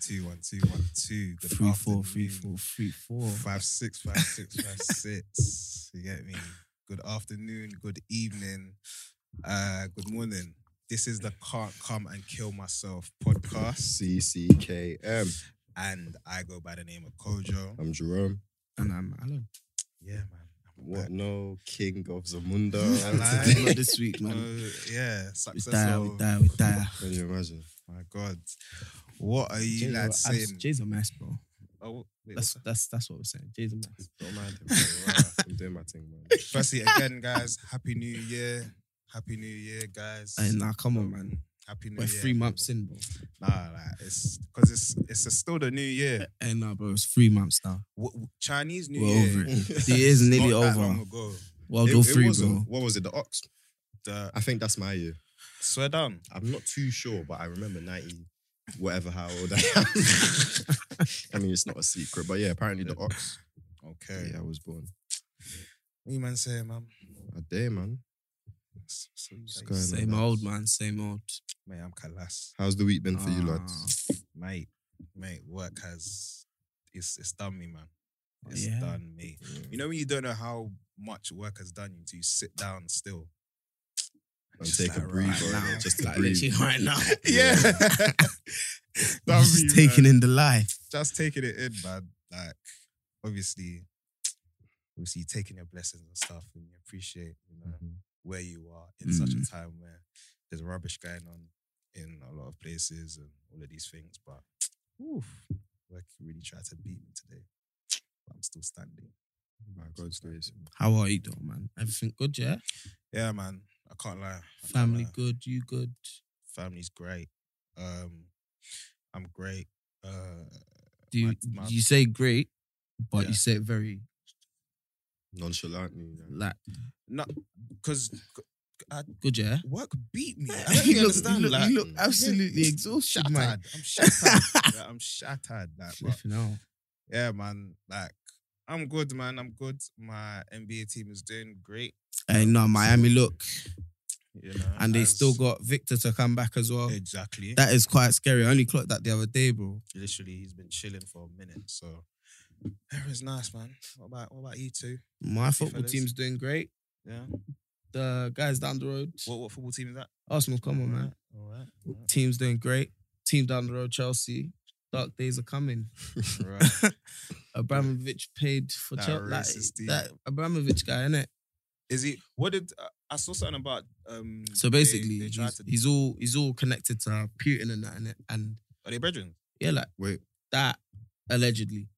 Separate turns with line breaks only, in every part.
two, one, two. Good
Three, four,
afternoon.
three, four, three, four.
Five, six, five, six, five, six. You get me? Good afternoon, good evening, uh, good morning. This is the Can't Come and Kill Myself podcast,
CCKM.
and I go by the name of Kojo.
I'm Jerome.
And I'm Alan.
Yeah, man. I'm
What
back.
no king of Zamunda.
Alive.
And today-
Not this week, man.
Uh, yeah,
We
success.
die, we
of-
die, we die.
Can you imagine?
My God. What are you lads saying?
Jay's a mess, bro.
oh, wait,
That's
what's that?
that's that's what we're saying. Jay's a mess.
Don't mind him. bro. Wow, I'm doing my thing, man.
Firstly, again, guys, Happy New Year. Happy New Year, guys.
Hey, nah, come on, man.
Happy New
We're
Year.
three months in, bro.
Nah, like, it's because it's it's a- still the new year.
Hey, eh, nah, bro. It's three months now.
W- w- Chinese New
We're
Year.
over it.
It-
The year's
Not
nearly
that long
over.
ago.
World War
it
Three,
wasn't-
bro.
What was it? The Ox?
The,
I think that's my year.
swear down.
I'm not too sure, but I remember 90, whatever how old I am. I mean, it's not a secret, but yeah, apparently the Ox.
Okay.
Yeah, I was born.
What you man saying, man?
A day, man.
S- so you say-
going on?
Same
man.
old, man. Same old.
Mate, I'm Kalas.
How's the week been for
Ah.
you, lads?
Mate, mate, work has it's it's done me, man.
Oh,
It's
yeah.
done me. You know when you don't know how much work has done you until you sit down still.
And
Just
take a
like,
breather,
right
innit?
now.
just to
Like
breathe.
literally right now.
Yeah. Done me,
Just taking
man.
in the life.
just taking it in, man. Like, obviously, obviously taking your blessings and stuff, and you appreciate, you know,
Mhm.
where you are in such
Mm-hmm.
a time where there's rubbish going on in a lot of places and all of these things. But oof, work really tried to beat me today. But I'm still standing.
By God's grace.
How are you, though, man? Everything good, yeah?
Yeah, man. I can't lie. I can't
Family
lie.
good? You good?
Family's great. Um, I'm great. Uh,
Do you,
My- my-
you say great, but
Yeah.
you say it very
Nonchalantly. you know.
like
no, because
good, yeah?
work beat me. I don't really
You look- you
understand.
look-
like,
you look
yeah.
absolutely exhausted,
shattered.
man.
I'm shattered. Like, I'm shattered. Like, but
Flipping hell.
yeah, man. Like, I'm good, man. I'm good. My NBA team is doing great.
Hey, no, Miami look,
You know,
and they
as-
still got Victor to come back as well.
exactly.
That is quite scary. I only clocked that the other day, bro.
Literally, he's been chilling for a minute. So, everything's nice, man. What about what about you two?
My football
fellas.
team's doing great.
Yeah.
The guys down the road,
What what football team is that?
Arsenal, come on, man.
All right. All right.
Team's doing great. Team down the road, Chelsea. Dark days are coming.
All right.
Abramovich paid for
That
Chelsea.
racist dude.
That, Abramovich guy, innit?
Is he? What did uh, I saw something about? Um.
So
they-
basically,
they, tried
he's,
to.
he's all he's all connected to Putin and that, innit? and
Are they brethren?
yeah, like
Wait,
that allegedly,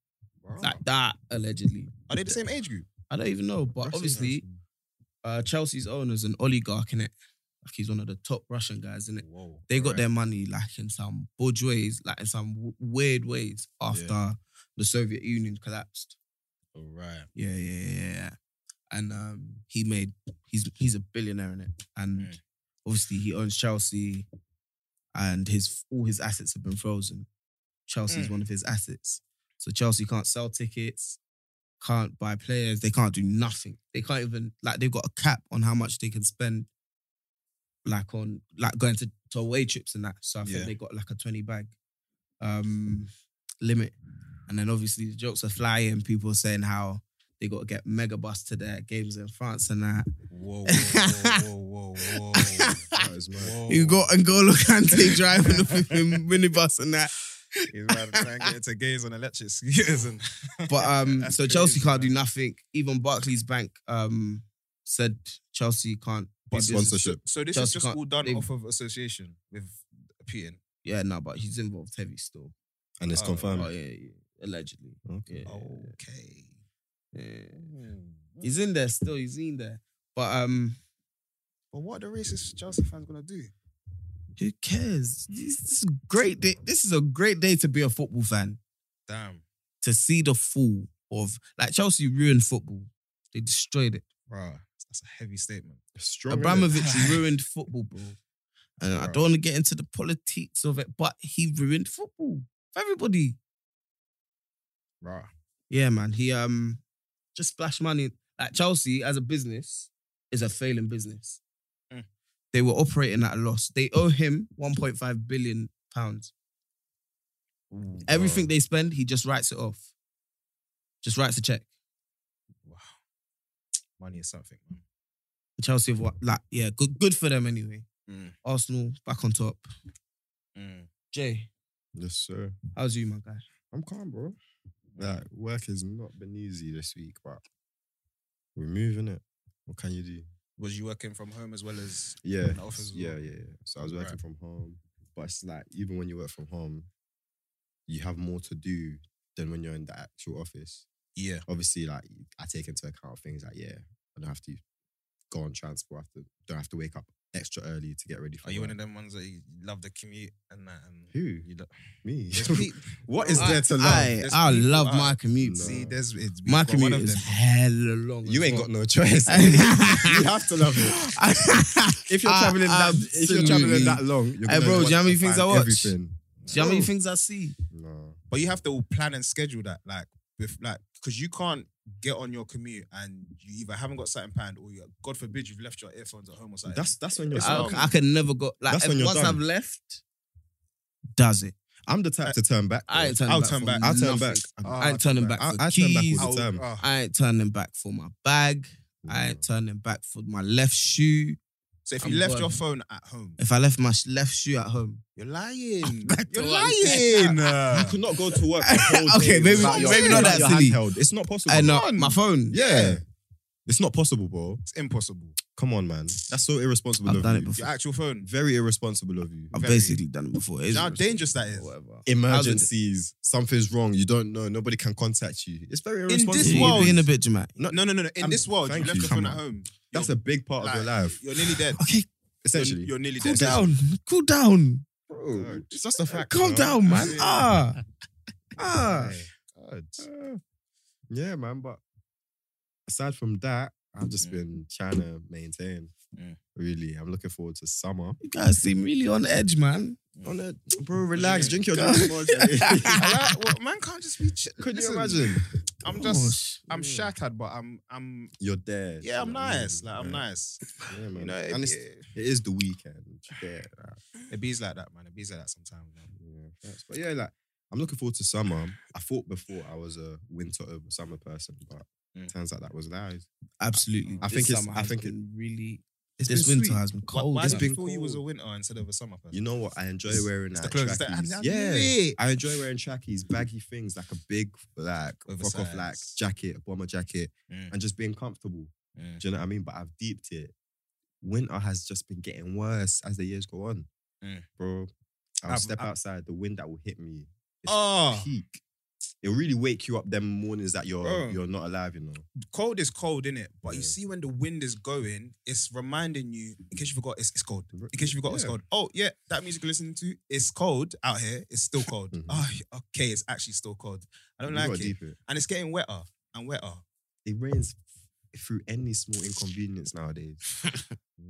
like
Oh.
that allegedly.
Are they the same age group?
I don't even know, but
Russian
obviously, uh, Chelsea's owner's an oligarch in it. Like he's one of the top Russian guys in it.
Whoa.
They got
Alright.
their money like in some budge ways, like in some w- weird ways after the Soviet Union collapsed.
All right.
Yeah, yeah, yeah, yeah. And um, he made he's he's a billionaire in it, and
Mm.
obviously he owns Chelsea, and his all his assets have been frozen. Chelsea is
Mm.
one of his assets, so Chelsea can't sell tickets, can't buy players, they can't do nothing. They can't even like they've got a cap on how much they can spend, like on like going to, to away trips and that. So I think
Yeah.
they got like a twenty bag um limit, and then obviously the jokes are flying. People are saying how. They got to get mega bus to their games in France and that.
Whoa, whoa, whoa, whoa, whoa.
that is mad.
Whoa.
You got N'Golo Kante driving the flipping minibus and that.
He's about to try and get into gays on electric scooters. And
But um,
That's
so Chelsea
crazy,
can't do
man.
nothing. Even Barclays Bank um said Chelsea can't. do
But
business.
sponsorship.
So this
Chelsea
is just
can't-
all done
they-
off of association with Putin.
Yeah, no, but he's involved heavy still.
And it's
Oh,
confirmed.
oh yeah, yeah, allegedly.
Um, Okay.
Yeah,
Okay.
yeah.
Hmm.
He's in there still. He's in there. But um,
But what are the racist Chelsea fans gonna do?
who cares? This, this is a great day. This is a great day to be a football fan.
Damn,
To see the fall of like Chelsea ruined football. They destroyed it.
bro, that's a heavy statement.
Strong, innit?
Abramovich ruined football, bro. And I
Bro.
don't want to get into the politics of it, but he ruined football for everybody.
Bro,
Yeah, man. He um just splashed money. Like Chelsea as a business is a failing business.
Mm.
They were operating at a loss. They owe him 1.5 billion pounds. Everything they spend, he just writes it off. Just writes a check.
Wow. Money is something, man.
Chelsea have what? Like, yeah, good, good for them anyway.
Mm.
Arsenal back on top. Jay,
oh.
Yes, sir.
how's you, my guy?
I'm calm, bro. Like work has not been easy this week, but we're moving it. What can you do?
Was you working from home as well as
Yeah,
in the office as
yeah,
well?
yeah, yeah. So I was working
Right.
from home, but it's like even when you work from home, you have more to do than when you're in the actual office.
yeah,
Obviously, like I take into account things like yeah, I don't have to go on transport. I have to, don't have to wake up extra early to get ready for.
Are you
work.
one of them ones that you love the commute and that? And
Who
You lo-
me?
There's pe-
what is
I-
there to love?
I,
There's
I
people
love
out-
my commute. bro.
No.
see, there's it's we've
My
got one
commute
of
is
them.
hella long.
you
as
ain't
well.
got no choice. you have to love it. If you're traveling that, if you're traveling that long, you're
Ah, Hey, bro,
gonna
do you
want
know how many
to
things
find
I watch?
Everything.
Do you know how many things I see?
No.
But you have to plan and schedule that, like, with like, because you can't get on your commute and you either haven't got something planned or you, God forbid, you've left your earphones at home or something.
That's that's when you're.
It's
I,
long.
I can never go. Like,
That's
if-
when you're
once
done.
I've left, does it?
I'm the type to turn back.
I ain't
though.
turning
I'll
back.
turn
for
back.
I'll turn
nothing.
back.
Ah,
I ain't turning back.
I-
for
I turn back all
keys.
the time.
I ain't turning back for my bag. I ain't turning back for my left shoe.
so if you
I'm
left
gone.
your phone at home,
If I left my sh- left shoe at home,
you're lying. You're
to what I
lying.
You could not go to work.
Okay, maybe-
maybe not
that silly.
Handheld. It's not possible.
and uh,
on.
my phone.
yeah, it's not possible, bro.
it's impossible.
Come on, man. That's so irresponsible
I've
of
done
you.
it before.
Your actual phone.
Very irresponsible of you.
I've
Very.
basically done it before. It is
You know how
risky,
dangerous that is?
or whatever.
Emergencies. Something's wrong. You don't know. Nobody can contact you. It's very
this
irresponsible.
You're
world-
being a bit dramatic.
No, no, no, no. In
I'm-
this world, you
thank
left
you.
your phone
Come
at
on.
home.
That's a big part of your life,
You're nearly dead.
Okay,
essentially.
You're, you're nearly
cool
dead. Oh,
down, cool down,
Bro,
It's just a fact.
calm
bro.
down, man.
Yeah.
Ah, ah.
God. Uh, yeah, man. But aside from that, I've just
Mm.
been trying to maintain.
Mm.
Really, I'm looking forward to summer.
You guys seem really on edge, man.
On a, bro, relax,
mean?
drink your
God.
drink. more, Jerry.
I like- well, man can't just be. Ch-
Could you
Listen,
imagine?
I'm just. I'm
Yeah.
shattered, but I'm. I'm.
You're there.
Yeah, I'm
you know what I mean?
nice. Like I'm
Yeah.
nice.
Yeah, man.
You know, it,
and it's,
it,
it is the weekend. Yeah,
it bees like that, man. It bees like that sometimes. Man.
yeah, facts. but yeah, like I'm looking forward to summer. I thought before I was a winter over summer person, but
Mm.
turns out that was lies.
Absolutely.
I
This
think it's-
summer
I
has
think it-
been really.
It's
This
been
winter
sweet.
has been
Why,
cold.
why did
it's
isn't it?
you
been
feel you was a
cold.
winter instead of a summer person?
You know what? I enjoy
It's-
wearing
it's
like
the clothes. It's the- I
trackies.
knew
yeah,
it.
I enjoy wearing trackies, baggy things, like a big like fuck off like
Oversized.
jacket, bomber jacket,
Mm.
and just being comfortable.
Mm.
Do you know what I mean? But I've deeped it. Winter has just been getting worse as the years go on,
Mm.
bro. I'll
I've-
step
I've-
outside. The wind that will hit me
Oh,
peak. It'll really wake you up them mornings that you're
Bro.
you're not alive. You know.
cold is cold, innit? But you
Yeah.
see, when the wind is going, it's reminding you. In case you forgot, it's, it's cold. In case you forgot, it's
Yeah.
cold. Oh yeah, that music you're listening to, it's cold out here. It's still cold.
Mhm.
Oh, okay, it's actually still cold. I don't
You
like
gotta
it,
deep it.
and it's getting wetter and wetter.
It rains f- through any small inconvenience nowadays.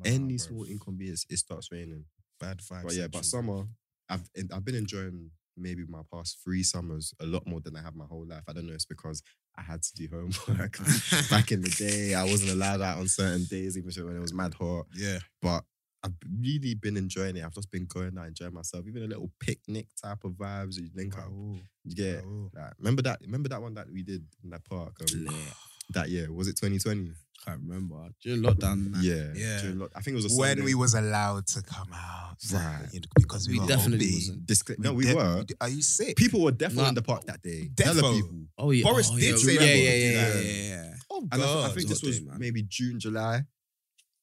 any small inconvenience, it starts raining.
bad vibes.
But yeah, but summer, I've en- I've been enjoying maybe my past three summers a lot more than I have my whole life. I don't know. It's because I had to do homework back in the day. I wasn't allowed out on certain days, even when it was mad hot.
Yeah.
But I've really been enjoying it. I've just been going out, enjoying myself. Even a little picnic type of vibes. You link up, you get. Like, remember that? Remember that one that we did in that park um, that year? Was it 2020?
Can't remember during lockdown. man.
Yeah,
uh, Yeah.
during lock- I think it was a
When
Sunday.
we was allowed to come out,
Right.
You know, Because we,
we
were
definitely
OB.
wasn't.
Discla- no, we
def-
were.
Are you sick?
People were definitely
Nah.
in the park that day.
Defo.
Hella people.
Oh yeah.
Boris
oh,
did
yeah,
say
yeah,
that
Yeah,
before.
yeah, yeah,
Yeah.
yeah, yeah.
Oh
And I, th- I
God.
think
It's
this
hot
was
day, man.
maybe June, July,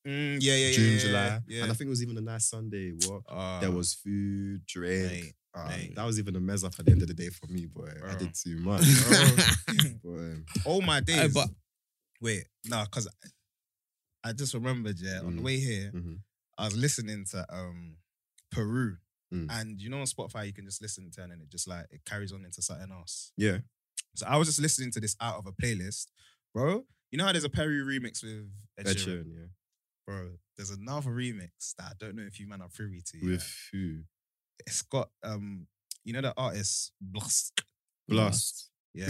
Mm, yeah, yeah, yeah.
June,
yeah,
July,
Yeah.
and I think it was even a nice Sunday. What?
Uh,
there was food, drink.
mate,
um,
mate.
That was even a mess up at the end of the day for me, boy. I
Bro.
did too much. But, um,
all my days.
Hey, but
wait, no, because I, I just remembered. Yeah, on the
Mm.
way here,
mhm.
I was listening to um Peru,
Mm.
and you know on Spotify you can just listen to it and it just like it carries on into something else.
Yeah.
So I was just listening to this out of a playlist, bro. You know how there's a Peru remix with Ed
Ed
Sheeran?
Sheeran, yeah.
bro. There's another remix that I don't know if you man are privy to. yeah.
With who?
it's got um, you know the artist Blast.
Blast.
Yeah,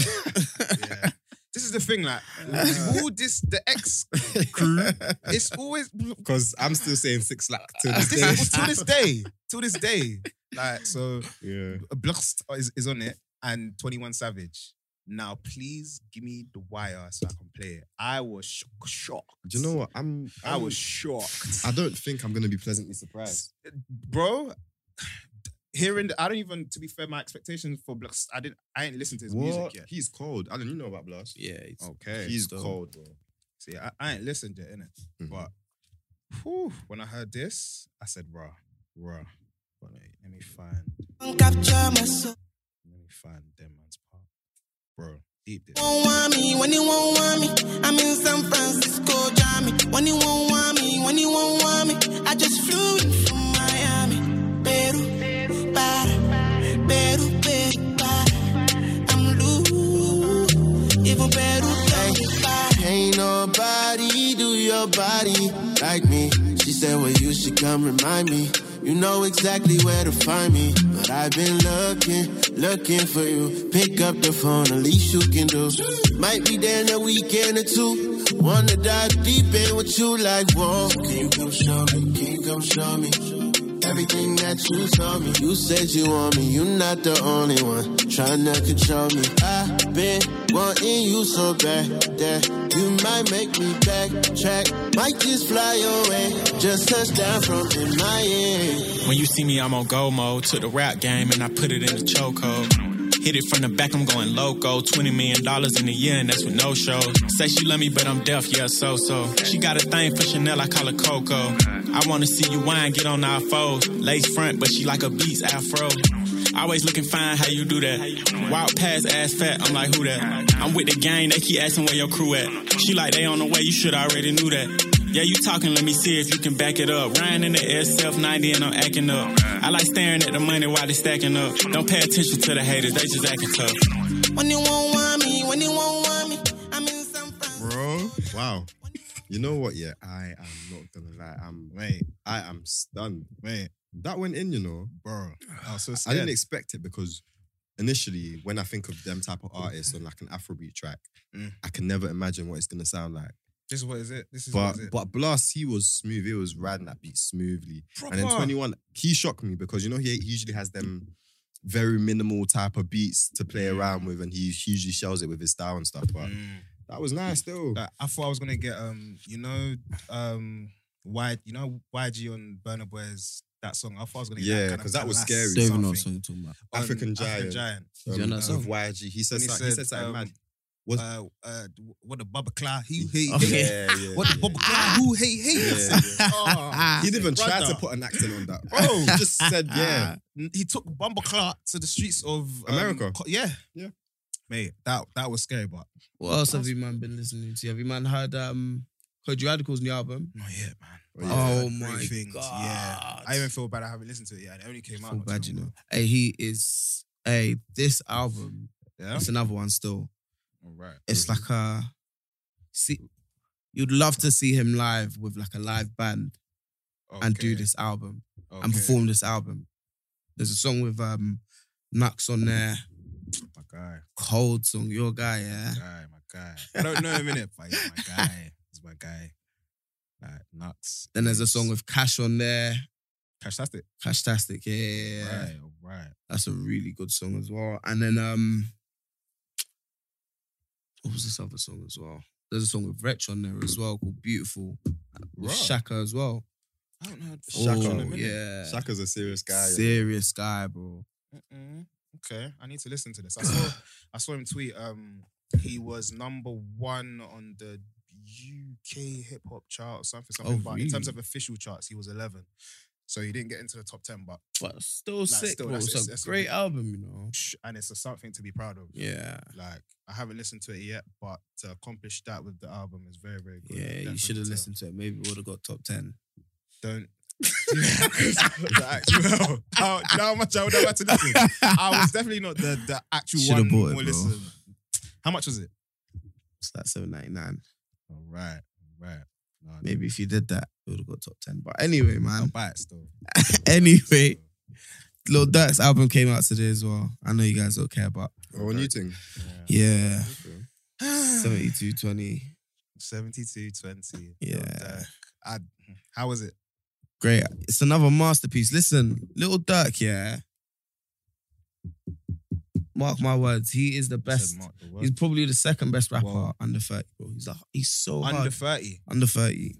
yeah. This is the thing, like
Uh.
with all this, the ex, it's always
Because I'm still saying six lakh to
this,
this day.
till this day, till this day. Like so,
Yeah.
Blust is, is on it, and Twenty One Savage. Now, please give me the wire so I can play it. I was sh- shocked.
Do you know what? I'm.
I
I'm-
was shocked,
I don't think I'm gonna be pleasantly surprised.
bro. Hearing, the, I don't even. To be fair, my expectations for Blux, I didn't. I ain't listened to his music
What?
yet.
He's cold. Alan, you know about Blast.
Yeah, it's,
Okay,
He's
so-
cold, bro.
See, I, I ain't listened yet, innit?
Mhm.
But whew, when I heard this, I said, "Raw, raw." But like, let me find,
Capture my soul.
let me find them man's part, bro. Deep this.
Won't want me when you won't want me. I'm in San Francisco, Johnny. When you won't want me, when you won't want me. I just flew in from Miami. Peru, para, Peru, Peru, para. I'm loose, even Peru, Peru, para.
Ain't nobody do your body like me. She said, Well, you should come remind me. You know exactly where to find me. But I've been looking, looking for you. Pick up the phone, the least you can do. Might be there in a weekend or two. Wanna dive deep in with you like, whoa. Can you come show me? Can you come show me? Everything that you told me, you said you want me, you not the only one trying to control me. I've been wanting you so bad that you might make me backtrack, might just fly away, just touch down from in my end.
When you see me, I'm on go mode. Took the rap game and I put it in the chokehold. Hit it from the back, I'm going loco. $20 million in a year, and that's with no show. Say she love me, but I'm deaf, yeah, so so. She got a thing for Chanel, I call her Coco. I wanna see you wine, get on our foes. Lace front, but she like a beats afro. Always looking fine, how you do that? Walk past ass fat, I'm like, who that? I'm with the gang, they keep asking where your crew at. She like, they on the way, you should already knew that. Yeah, you talking, let me see if you can back it up. Ryan in the SF 90 and I'm acting up. I like staring at the money while they stacking up. Don't pay attention to the haters, they just acting tough.
When you won't want me, when you won't want me. I'm in San Francisco.
Bro, wow. You know what? Yeah, I am not gonna lie. I'm wait. I am stunned. Wait, that went in. You know, bro.
I was so
I
scared.
didn't expect it because initially, when I think of them type of artists on like an Afrobeat track,
Mm.
I can never imagine what it's gonna sound like.
this is what is it? This is
But
what is it?
but Blast, he was smooth. He was riding that beat smoothly.
Proper.
And then 21, he shocked me because you know he, he usually has them very minimal type of beats to play around with, and he usually shells it with his style and stuff. But
Mm.
that was nice though.
Like, I thought I was gonna get um, you know, um, why you know YG on Burner Boy's that song. I thought I was gonna get
Yeah,
that kind
'cause
of
that was
last
scary.
don't even
something
know what song you're talking about.
on
African
African
Giant.
Giant.
Do you know that
with
song?
YG, he said
When he
something, he
said,
said something
um,
mad. Was-
Uh, uh, what the Bubba Cloud? He, he,
Okay.
he
Yeah, yeah,
What the
yeah,
Bubba Cloud? Who he hates?
yeah, yeah.
Oh,
He didn't even try
Brother.
to put an accent on that.
Bro.
Bro, just said yeah.
he took Bumble Clark to the streets of um,
Ah. America.
Co- yeah,
Yeah.
mate. That that was scary, but
What else have you man been listening to? Have you man heard um Code Radical's new album?
not yet, man.
Oh, yeah.
I've heard
Oh
great
my
Yeah,
God.
I even feel bad. I haven't listened to it yet. It only came out.
Feel
not
bad,
too
you know.
long
Hey, he is. Hey, this album.
ago. Yeah.
It's another one still.
All right.
It's like a. See, you'd love to see him live with like a live band and do
Okay,
this album and
okay.
perform this album. There's a song with um Nux on there,
My guy,
cold song, your guy, yeah.
my guy, my guy. I don't know him in it, but he's my guy. He's my guy. Like Nux.
Then there's a song with Cash on there,
Cash. That's it.
Cashtastic, yeah, yeah, yeah.
Right. All right.
That's a really good song as well. And then um, what was this other song as well? There's a song with Wretch on there as well called Beautiful. With
Right.
Shaka as well.
I don't know.
Shaka
Oh,
on there,
yeah.
Shaka's a serious guy. you know.
Serious guy, bro.
Mm-mm. Okay, I need to listen to this. I saw I saw him tweet. Um, he was number one on the UK hip hop chart or something. Something,
Oh,
but in terms of
really?
official charts, he was eleven. So he didn't get into the top ten, but
But still sick,
still,
bro.
that's-
It's,
it's-
a
that's a
great
good-
album, you know.
psh, and it's a something to be proud of.
Yeah.
Like I haven't listened to it yet, but to accomplish that with the album is very, very good.
Yeah, you
Definitely
should have
tell.
listened to it. Maybe we would have got top ten.
Don't. Like, well, how, you know how much I would have had to listen. I was definitely not the the actual
Shoulda
one
bought it,
more
bro.
listen. How much was it?
It's like seven ninety nine.
All right, all right. No, no,
Maybe if you did that, we would have got top ten. But anyway,
I'll
man.
buy it still.
anyway, Lil Durk's album came out today as well. I know you guys don't care, but
Oh, a new thing.
Yeah.
yeah.
Okay.
72 20.
72 20.
Yeah.
I, how was it?
Great. It's another masterpiece. Listen, little Dirk, yeah. Mark my words, he is the best.
Said Mark the
He's
word.
probably the second best rapper
Wow.
under 30, bro. He's like, he's so hard.
Under
under,
thirty,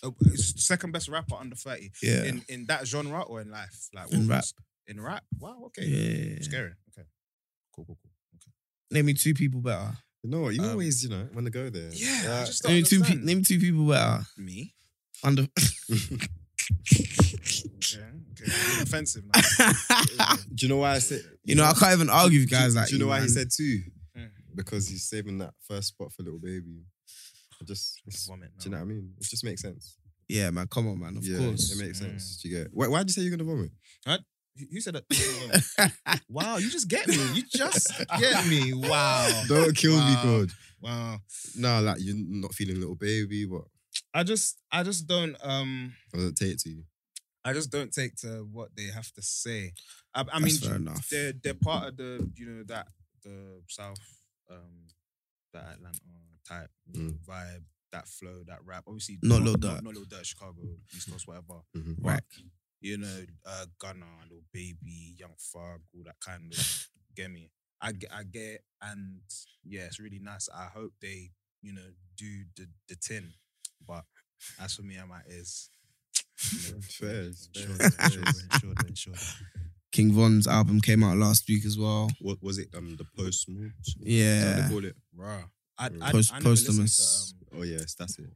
30.
Oh, he's the second best rapper under thirty
Yeah.
in in that genre or in life, like
In
what
rap.
was- In rap, wow, okay,
yeah.
scary. Okay, cool, cool, cool.
Name me two people better.
You know what? You
Um,
always, you know, want to go there.
Yeah, I just don't
Name me two, pe-
understand.
name me two people better.
me.
Under
Okay, okay. You're offensive. Now.
Do you know why I said?
You know, I can't even argue with guys
do,
like
Do you know why he
man.
said two?
Mm.
Because he's saving that first spot for little baby. I just, it's-
Vomit now.
do you know what I mean? It just makes sense.
Yeah, man, come on, man. Of
yeah,
course.
it makes
Mm.
sense. Do you get? Why, why'd you say you're gonna vomit?
Who- Who said that? wow, you just get me. You just get me. Wow.
Don't kill me,
Wow.
God.
Wow.
Nah, like you're not feeling little baby, but
I just I just don't um
I don't take it to you.
I just don't take to what they have to say. I, I mean
That's fair enough.
they're they're part of the you know that the South um that Atlanta type you know, vibe, that flow, that rap. Obviously
Mm. Not Lil Durk.
not, not Lil Durk, Chicago, East Coast, whatever.
Mhm.
But,
Right.
You know, uh, Gunna, little baby, young Fug, all that kind of. get me? I get, I get, it, and yeah, it's really nice. I hope they, you know, do the the tin, but as for me, I might is. you know,
Fair, it's fair,
shoulder,
it's fair.
shoulder, shoulder, shoulder.
King Von's album came out last week as well.
What was it? Um, the post mort.
Yeah.
Call it.
Bruh. I, I, I
Post-
never listened to,
posthumous.
um,
Oh yes, that's it.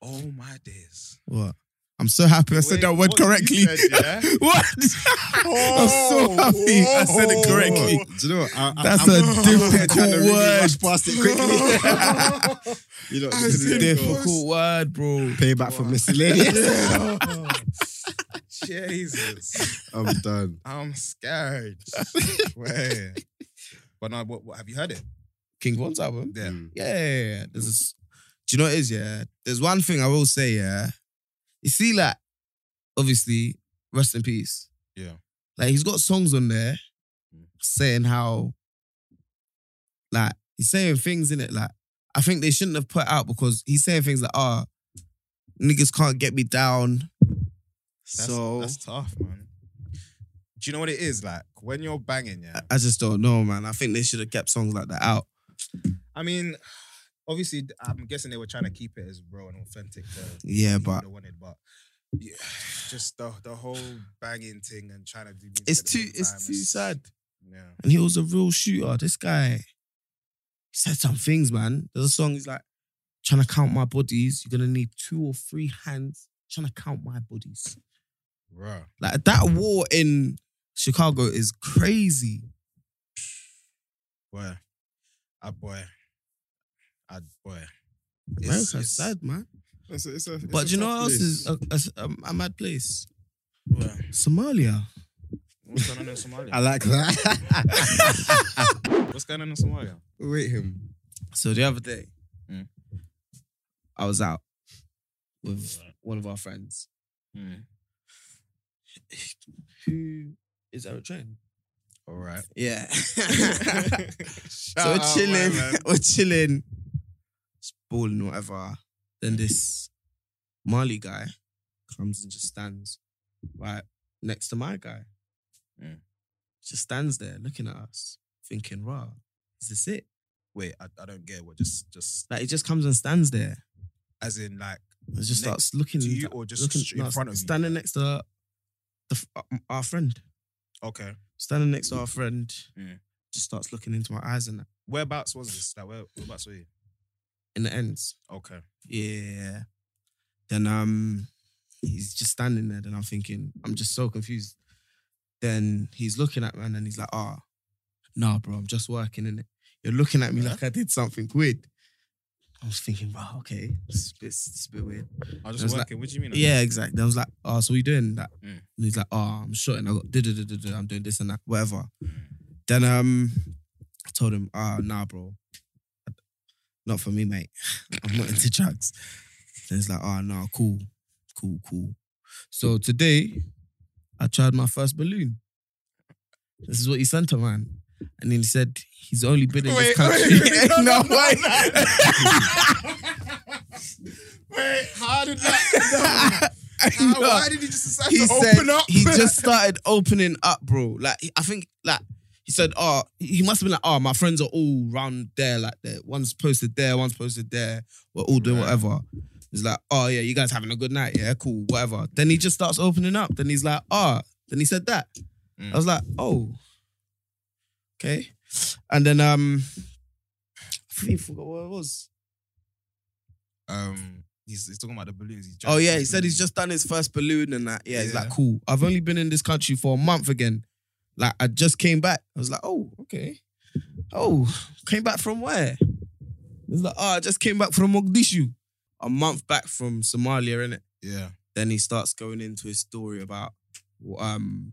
Oh my days.
What? I'm so happy I said
Wait,
that word
what you
correctly.
said, yeah?
what? I'm so happy I said it correctly.
Oh, Do you know? what? I, I,
That's a
I'm- I'm
difficult
trying to really
word.
rush past it quickly. you know,
It's a
because we go
difficult word, bro.
payback for miscellaneous.
Jesus.
I'm done.
I'm scared. Wait. But no, what, what have you heard it?
King Von's album.
Yeah.
Mm.
Yeah, yeah, yeah. There's this, do you know what it is? Yeah. There's one thing I will say, yeah. You see, like, obviously, rest in peace.
Yeah.
Like, he's got songs on there
Mm.
saying how, like, he's saying things in it, like, I think they shouldn't have put out because he's saying things like, ah, niggas can't get me down.
That's,
so
that's tough, man. Do you know what it is like when you're banging? Yeah,
I just don't know, man. I think they should have kept songs like that out.
I mean, obviously, I'm guessing they were trying to keep it as raw and authentic to
Yeah,
what
but
they wanted, but yeah, just the the whole banging thing and trying to do music
it's
at the same
too it's
time
too
is-
sad.
Yeah,
and he was a real shooter. This guy he said some things, man. There's a song he's like, trying to count my bodies. You're gonna need two or three hands trying to count my bodies.
raw.
Like that war in Chicago is crazy.
Boy, ah boy, ah boy.
America's sad, man.
It's a- it's a- it's a
But you know
tough
what else
place.
is a, a, a, a mad place?
Well,
Somalia.
What's going on in Somalia?
I like that.
What's going on in Somalia?
Wait him.
So the other day,
Mm.
I was out with one of our friends
Mm.
who is Eritrean.
All right.
Yeah. so
so Oh,
we're chilling, we're chilling, just balling, whatever. Then this Mali guy comes and just stands right next to my guy.
Mm.
Just stands there looking at us, thinking, "Wow, is this it?"
Wait, I, I don't get what. Just just
Like he just comes and stands there
as in like
and just
Next
starts looking.
to you or just sh- in
no,
front of you?
standing next to the, f- uh, our friend,
okay.
standing next to our friend,
Mm.
just starts looking into my eyes and that.
Whereabouts was this? Like where, whereabouts were you?
in the ends.
Okay.
Yeah. Then um he's just standing there. Then I'm thinking, I'm just so confused. Then he's looking at me and then he's like, ah, nah, bro, I'm just working in it. You're looking at me like I did something weird. I was thinking, wow, okay, it's a bit, it's a bit weird.
I
It was
just
like-
working. what do you mean?
Yeah, exactly. I was like, oh, so what you doing that?
Mm.
And he's like, oh, I'm shooting. I got da da da da. I'm doing this and that, whatever.
Mm.
Then um, I told him, ah, nah, bro, not for me, mate. I'm not into drugs. Then he's like, oh, nah, cool, cool, cool. So today, I tried my first balloon. This is what he sent her, man. And then he said he's only been in this
Wait,
country.
wait, no,
no,
no, no,
wait.
Wait, how did that? Why did he just decide
he
to
said
open up?
he just started opening up, bro. Like I think like he said, oh, he must have been like, oh, my friends are all round there, like there. One's posted there, one's posted there. We're all doing whatever. He's like, oh yeah, you guys having a good night? Yeah, cool, whatever. Then he just starts opening up. Then he's like, ah. Then he said that.
Mm.
I was like, oh, okay. And then um, I really forgot what it was.
um, he's, he's talking about the balloons. He's
Oh yeah, he said he's just done his first balloon and that. Yeah, he's
Yeah.
like, cool. I've only been in this country for a month again. Like I just came back. I was like, oh, okay. Oh, came back from where? He's like, oh, I just came back from Mogadishu. A month back from Somalia, innit?
yeah.
Then he starts going into his story about um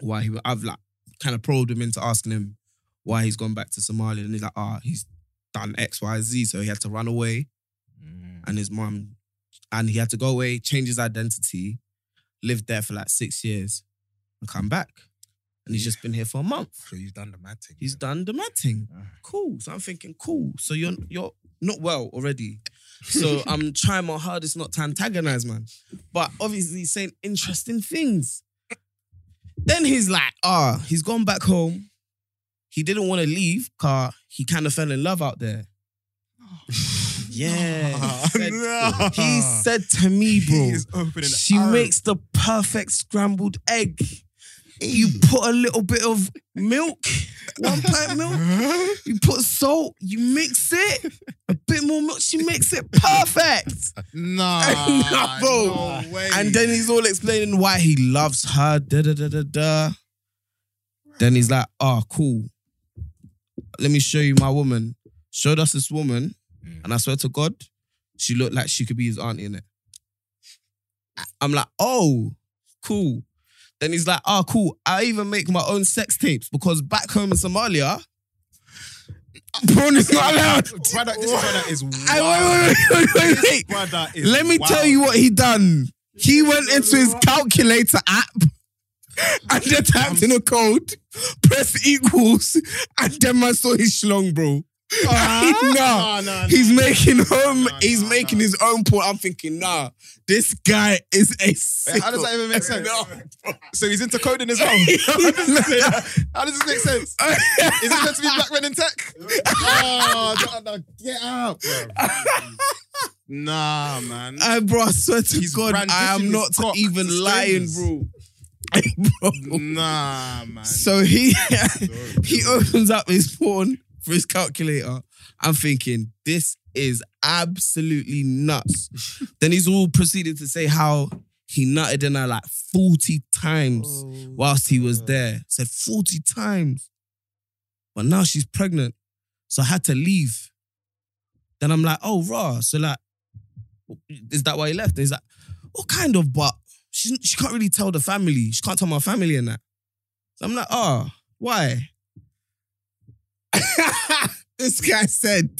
why he I've like kind of probed him into asking him why he's gone back to Somalia. And he's like, ah, he's done X, Y, Z. So he had to run away
Mm.
and his mom, and he had to go away, change his identity, lived there for like six years, and come back. And he's just been here for a month.
So you've done the mad thing.
He's
man.
done the mad thing.
Ah.
Cool. So I'm thinking, cool. So you're you're not well already. So I'm trying my hardest not to antagonize, man. But obviously he's saying interesting things. Then he's like, ah, he's gone back home. He didn't want to leave, car. He kind of fell in love out there. Yeah. He said- he said to me, bro,
He is opening
she
up.
makes the perfect scrambled egg. You put a little bit of milk, one pint milk. You put salt. You mix it. A bit more milk. She makes it perfect.
Nah,
Nah, bro.
No way.
And then he's all explaining why he loves her. Da da da da da. Then he's like, "Oh, cool. Let me show you my woman." Showed us this woman,
Mm.
and I swear to God, she looked like she could be his auntie in it. I'm like, "Oh, cool." Then he's like, "Oh, cool. I even make my own sex tapes because back home in Somalia, porn is not allowed."
brother, this brother is wild.
I, wait, wait, wait, wait, wait, wait.
Brother is
Let me
wild.
tell you what he done. He went into his calculator app and then typed in a code, press equals, and then man saw his schlong, bro. nah,
Nah, nah, nah.
he's making home.
Ah. Nah,
he's
nah,
making
nah.
his own point. I'm thinking, nah, this guy is a.
Wait, How does
sicko.
that even make sense?
No.
So he's into coding as well. How does this make- how does this make sense? Is it meant to be black men in tech? oh, no, no, get out, bro. Nah, man.
I, bro, I swear to
His
Oh God, I
rendition
am
is
not
cock
even
to
lying,
strangers.
bro. bro.
Nah, man.
So he
Sorry.
he opens up his porn for his calculator. I'm thinking, this is absolutely nuts. then he's all proceeded to say how he nutted in her like 40 times whilst he was there. Said 40 times. But now she's pregnant. So I had to leave. Then I'm like, oh, raw. So like, is that why he left? And he's like, oh, kind of, but she, she can't really tell the family. She can't tell my family and that. So I'm like, oh, why? this guy said,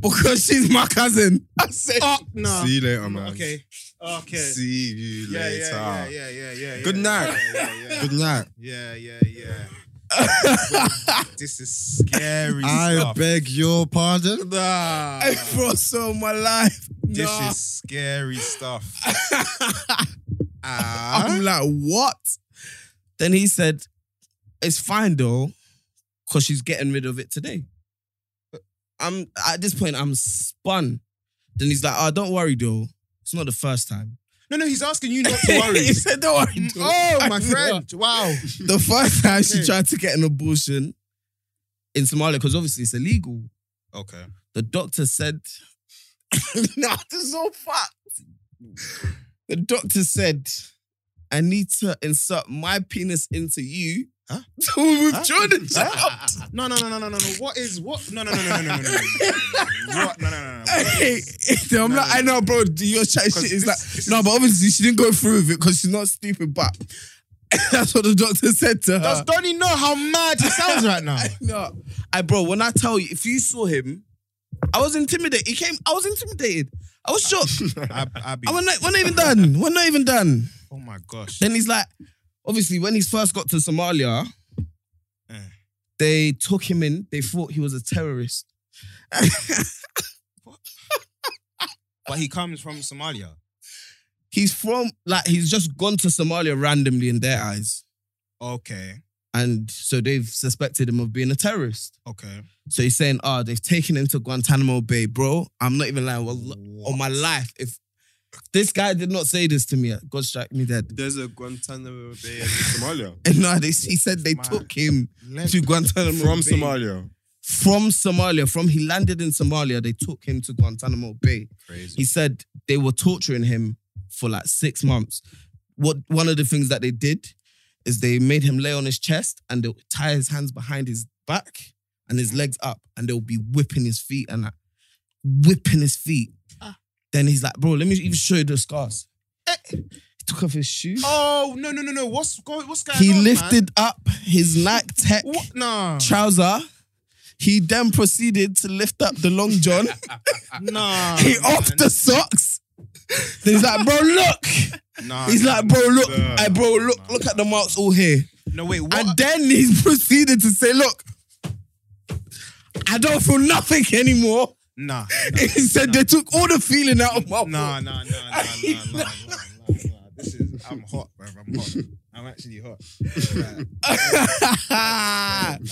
because she's my cousin. I said,
Nah.
See you later, man.
Okay. Okay.
See you
yeah,
later.
yeah, yeah, yeah, yeah, yeah, yeah.
uh, Good night.
Yeah, yeah, yeah.
Good night.
Yeah, yeah, yeah. This is scary
I
stuff.
beg your pardon.
Nah.
I brought so my life.
This
Nah.
is scary stuff.
I'm
Ah.
like, what? Then he said, it's fine though, because she's getting rid of it today. I'm at this point, I'm spun. Then he's like, oh, don't worry though. It's not the first time.
No, no, he's asking you not to worry.
he said, don't worry though.
oh,
I
my
said,
friend. Wow.
The first time she
Okay.
tried to get an abortion in Somalia, because obviously it's illegal,
Okay.
the doctor said, no, this is all fucked. The doctor said, I need to insert my penis into you
Huh?
to withdraw the
Huh?
child.
No, no, no, no, no, no, no. What is what? No, no, no, no, no, no, no, no. What? No, no, no, no. What
Hey,
is-
I'm like, I know, bro. Your chat shit
this-
is like,
this
no,
is-
but obviously she didn't go through with it because she's not stupid. But that's what the doctor said to her.
Does Donnie know how mad he sounds right now?
No, I bro. When I tell you, if you saw him, I was intimidated. He came. I was intimidated. I was shocked.
I, I be,
I we're not, we're not even done. We're not even done.
oh my gosh.
Then he's like, obviously, when he's first got to Somalia,
Eh.
they took him in. They thought he was a terrorist.
But he comes from Somalia.
He's from like he's just gone to Somalia randomly in their eyes,
Okay.
and so they've suspected him of being a terrorist.
Okay.
So he's saying, "Ah, they've taken him to Guantanamo Bay, bro." I'm not even lying. Well, on my life, if this guy did not say this to me, God strike me dead.
There's a Guantanamo Bay in Somalia.
And no, they, he said they took him to Guantanamo
From
Bay.
Somalia.
From Somalia, from he landed in Somalia, they took him to Guantanamo Bay.
Crazy.
He said they were torturing him for like six months. What one of the things that they did is they made him lay on his chest and they'll tie his hands behind his back and his legs up, and they'll be whipping his feet and like whipping his feet.
Ah.
Then he's like, bro, let me even show you the scars. Eh, He took off his shoes.
Oh no no no no! What's going? What's going
he
on?
lifted up his Nike Tech
Man? What? Nah.
trouser. He then proceeded to lift up the long john.
Nah.
he
Oh, man.
off the socks. Then he's like, bro, look.
Nah.
He's like, bro, look,
Nah.
hey, bro, look, look at the marks all here.
No wait. What?
And then he's proceeded to say, look, I don't feel nothing anymore.
nah.
He said they took all the feeling out of my
Nah, nah, nah, nah, nah, nah, nah, nah, nah. This is I'm hot, bro. I'm hot. I'm actually hot. Like,
Ah.
like,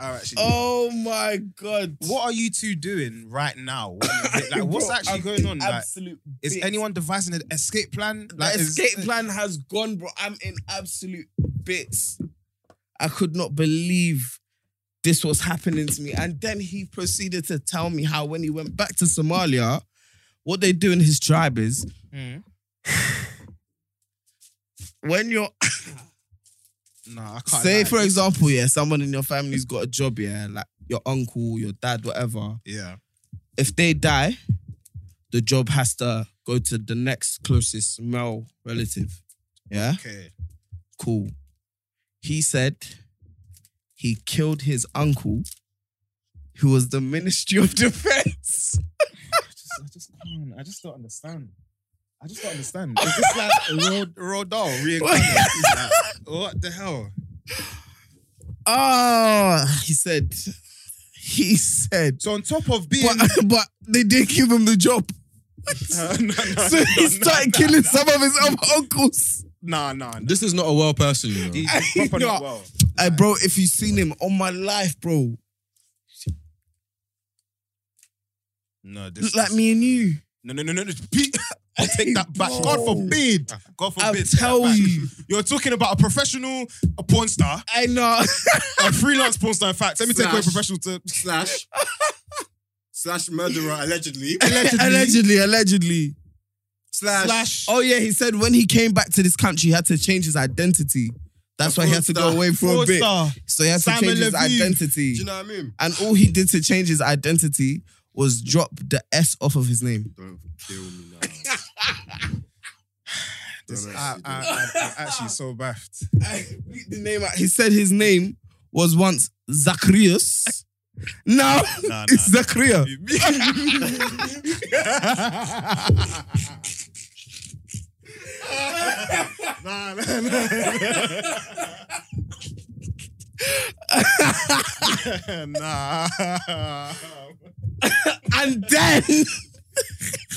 I'm actually.
oh my god.
What are you two doing right now? What are you- Like, what's
Bro,
actually
I'm
going on? Like,
Absolute
is
bits.
anyone devising an escape plan?
That
Like, is-
escape plan has gone, bro. I'm in absolute bits. I could not believe this was happening to me. And then he proceeded to tell me how when he went back to Somalia, what they do in his tribe is
Hmm.
when you're
Nah, I can't.
say,
lie.
for example, yeah, someone in your family's got a job, yeah, like your uncle, your dad, whatever.
yeah,
If they die, the job has to go to the next closest male relative. Yeah.
okay,
Cool. He said he killed his uncle, who was the Ministry of Defense.
I just can't. I just don't understand. I just don't understand. Is this like a real, real doll reincarnated? Like, what the hell?
Ah, he said, he said,
So on top of being,
but, but they did give him the job.
no, no, no,
So he
no,
started killing some of his other uncles.
Nah, nah, nah.
This is not a well person, you know.
He's
I-
proper not
no.
well.
Hey, bro, if you seen him on my life, bro,
No,
look
this
like me and you.
No, no, no, no. no. Pete, I take that back. God forbid. God forbid.
I
take that
tell
back.
you,
You're talking about a professional, a porn star,
I know.
a freelance porn star. In fact, let me take away
Slash.
professional to
Slash. Slash murderer, allegedly.
allegedly, allegedly.
Slash.
Oh yeah, he said when he came back to this country, he had to change his identity. That's why he had to go away for a
porn
bit.
star.
So he had to
Simon
change his
Levine.
identity.
Do you know what I mean?
And all he did to change his identity was drop the S off of his name.
Don't kill me now.
This-
Don't
I,
actually do
I, I, I'm actually so baffed.
Beat the name out. He said his name was once Zacharias. Now
Nah,
it's Zachariah.
Nah, nah, nah. nah.
And then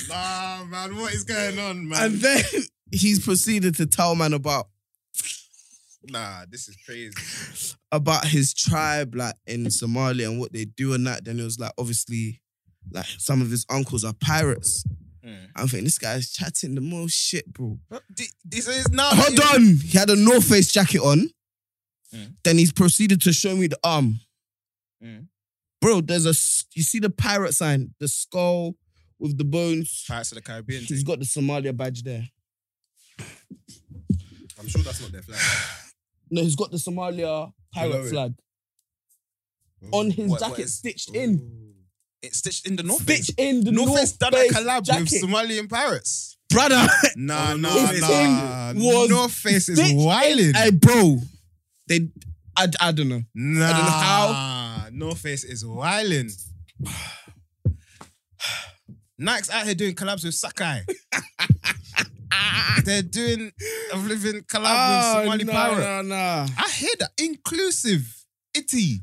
Nah, man. What is going on, man?
and then he's proceeded to tell man about
Nah, this is crazy.
about his tribe, like in Somalia and what they do and that. Then it was like, obviously, like some of his uncles are pirates.
Mm.
I'm thinking this guy's chatting the most shit, bro.
This is now.
Hold on, he had a no face jacket on.
Mm.
Then he's proceeded to show me the arm,
Mm.
bro. There's a s- you see the pirate sign, the skull with the bones.
Pirates of the Caribbean.
He's got the Somalia badge there.
I'm sure that's not their flag.
No, he's got the Somalia pirate
it.
flag on his
What- what
jacket,
is-
stitched in,
It's stitched in the North Face.
stitched in the
North,
North
Face done a
Face
collab
jacket.
with Somali in Paris.
brother.
Nah,
Oh,
nah,
North
His
nah.
thing was
North Face is
stitched in-
wilding.
Hey, bro. They, I, I don't know.
Nah,
know
North Face is wilding. Nike's out here doing collabs with Sakai. They're doing a living collab with Somali Pirate.
Oh, no, no.
I hear that inclusive, itty.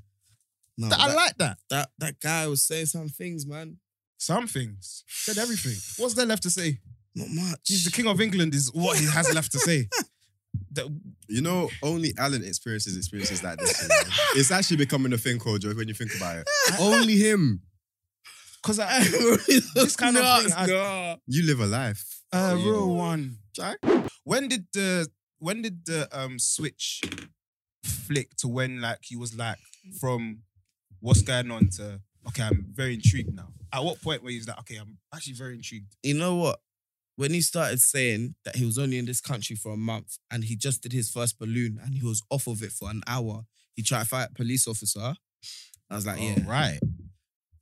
No,
That, I
that,
like that.
that, that guy was saying some things, man.
Some things said everything. What's there left to say?
Not much.
He's the king of England, is what he has left to say. The-
You know, only Alan experiences experiences like this. you know. it's actually becoming a thing called joke when you think about it. only him.
Cause I, this kind of thing, I-
You live a life.
a
You
real
know.
one. Jack, when did the when did the um switch flick to when like he was like from what's going on to okay, I'm very intrigued now. At what point where he's like, okay, I'm actually very intrigued.
You know what? When he started saying that he was only in this country for a month and he just did his first balloon and he was off of it for an hour, he tried to fight a police officer. I was like, yeah,
Oh, right.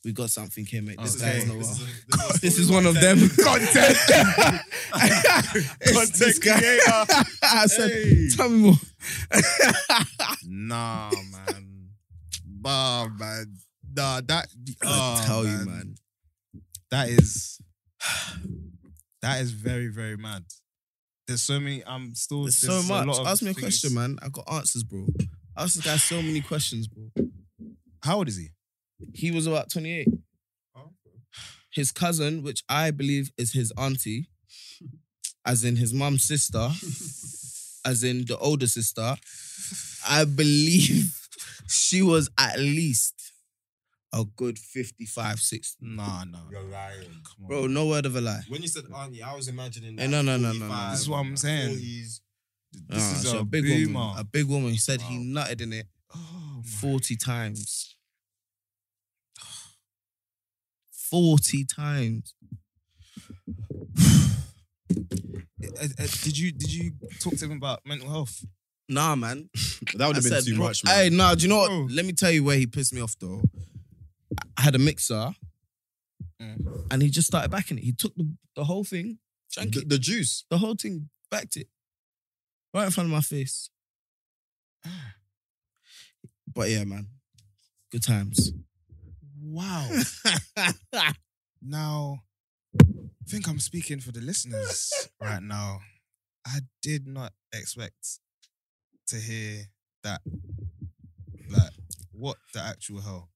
we got something here, mate. This
This, is,
guy's no.
this, is,
This is one of them. Content.
Content creator.
I said, tell me more.
nah, man. Bah, man. Nah, that.
I
ah,
tell you, man.
that is that is very very mad. There's so many. I'm still
There's so
a lot
much.
of
Ask me a
things.
question, man. I got answers, bro. I asked this guy so many questions, bro.
How old is he?
He was about 28. His cousin, which I believe is his auntie, as in his mum's sister, as in the older sister, I believe she was at least a good 55, 60.
Nah, nah. Come
lying.
on.
Bro, no word of a lie.
When you said auntie, I was imagining
Hey, no, no, no, no, no.
This is what I'm saying.
Nah,
this is
she
a,
big
boomer.
woman. A big woman. He said he
Wow.
nutted in it
oh, my-
40 times. 40 times.
Uh, uh, did you did you talk to him about mental health?
Nah, man.
That would have
I
been
said,
too
bro,
much, man.
Hey, nah, do you know what?
Bro.
Let me tell you where he pissed me off though. I had a mixer
Mm.
and he just started backing it. He took the, the whole thing, drank
the,
it,
the juice.
the whole thing, backed it. Right in front of my face.
Ah.
But yeah, man. Good times.
Wow. now, I think I'm speaking for the listeners right now. I did not expect to hear that. Like, what the actual hell?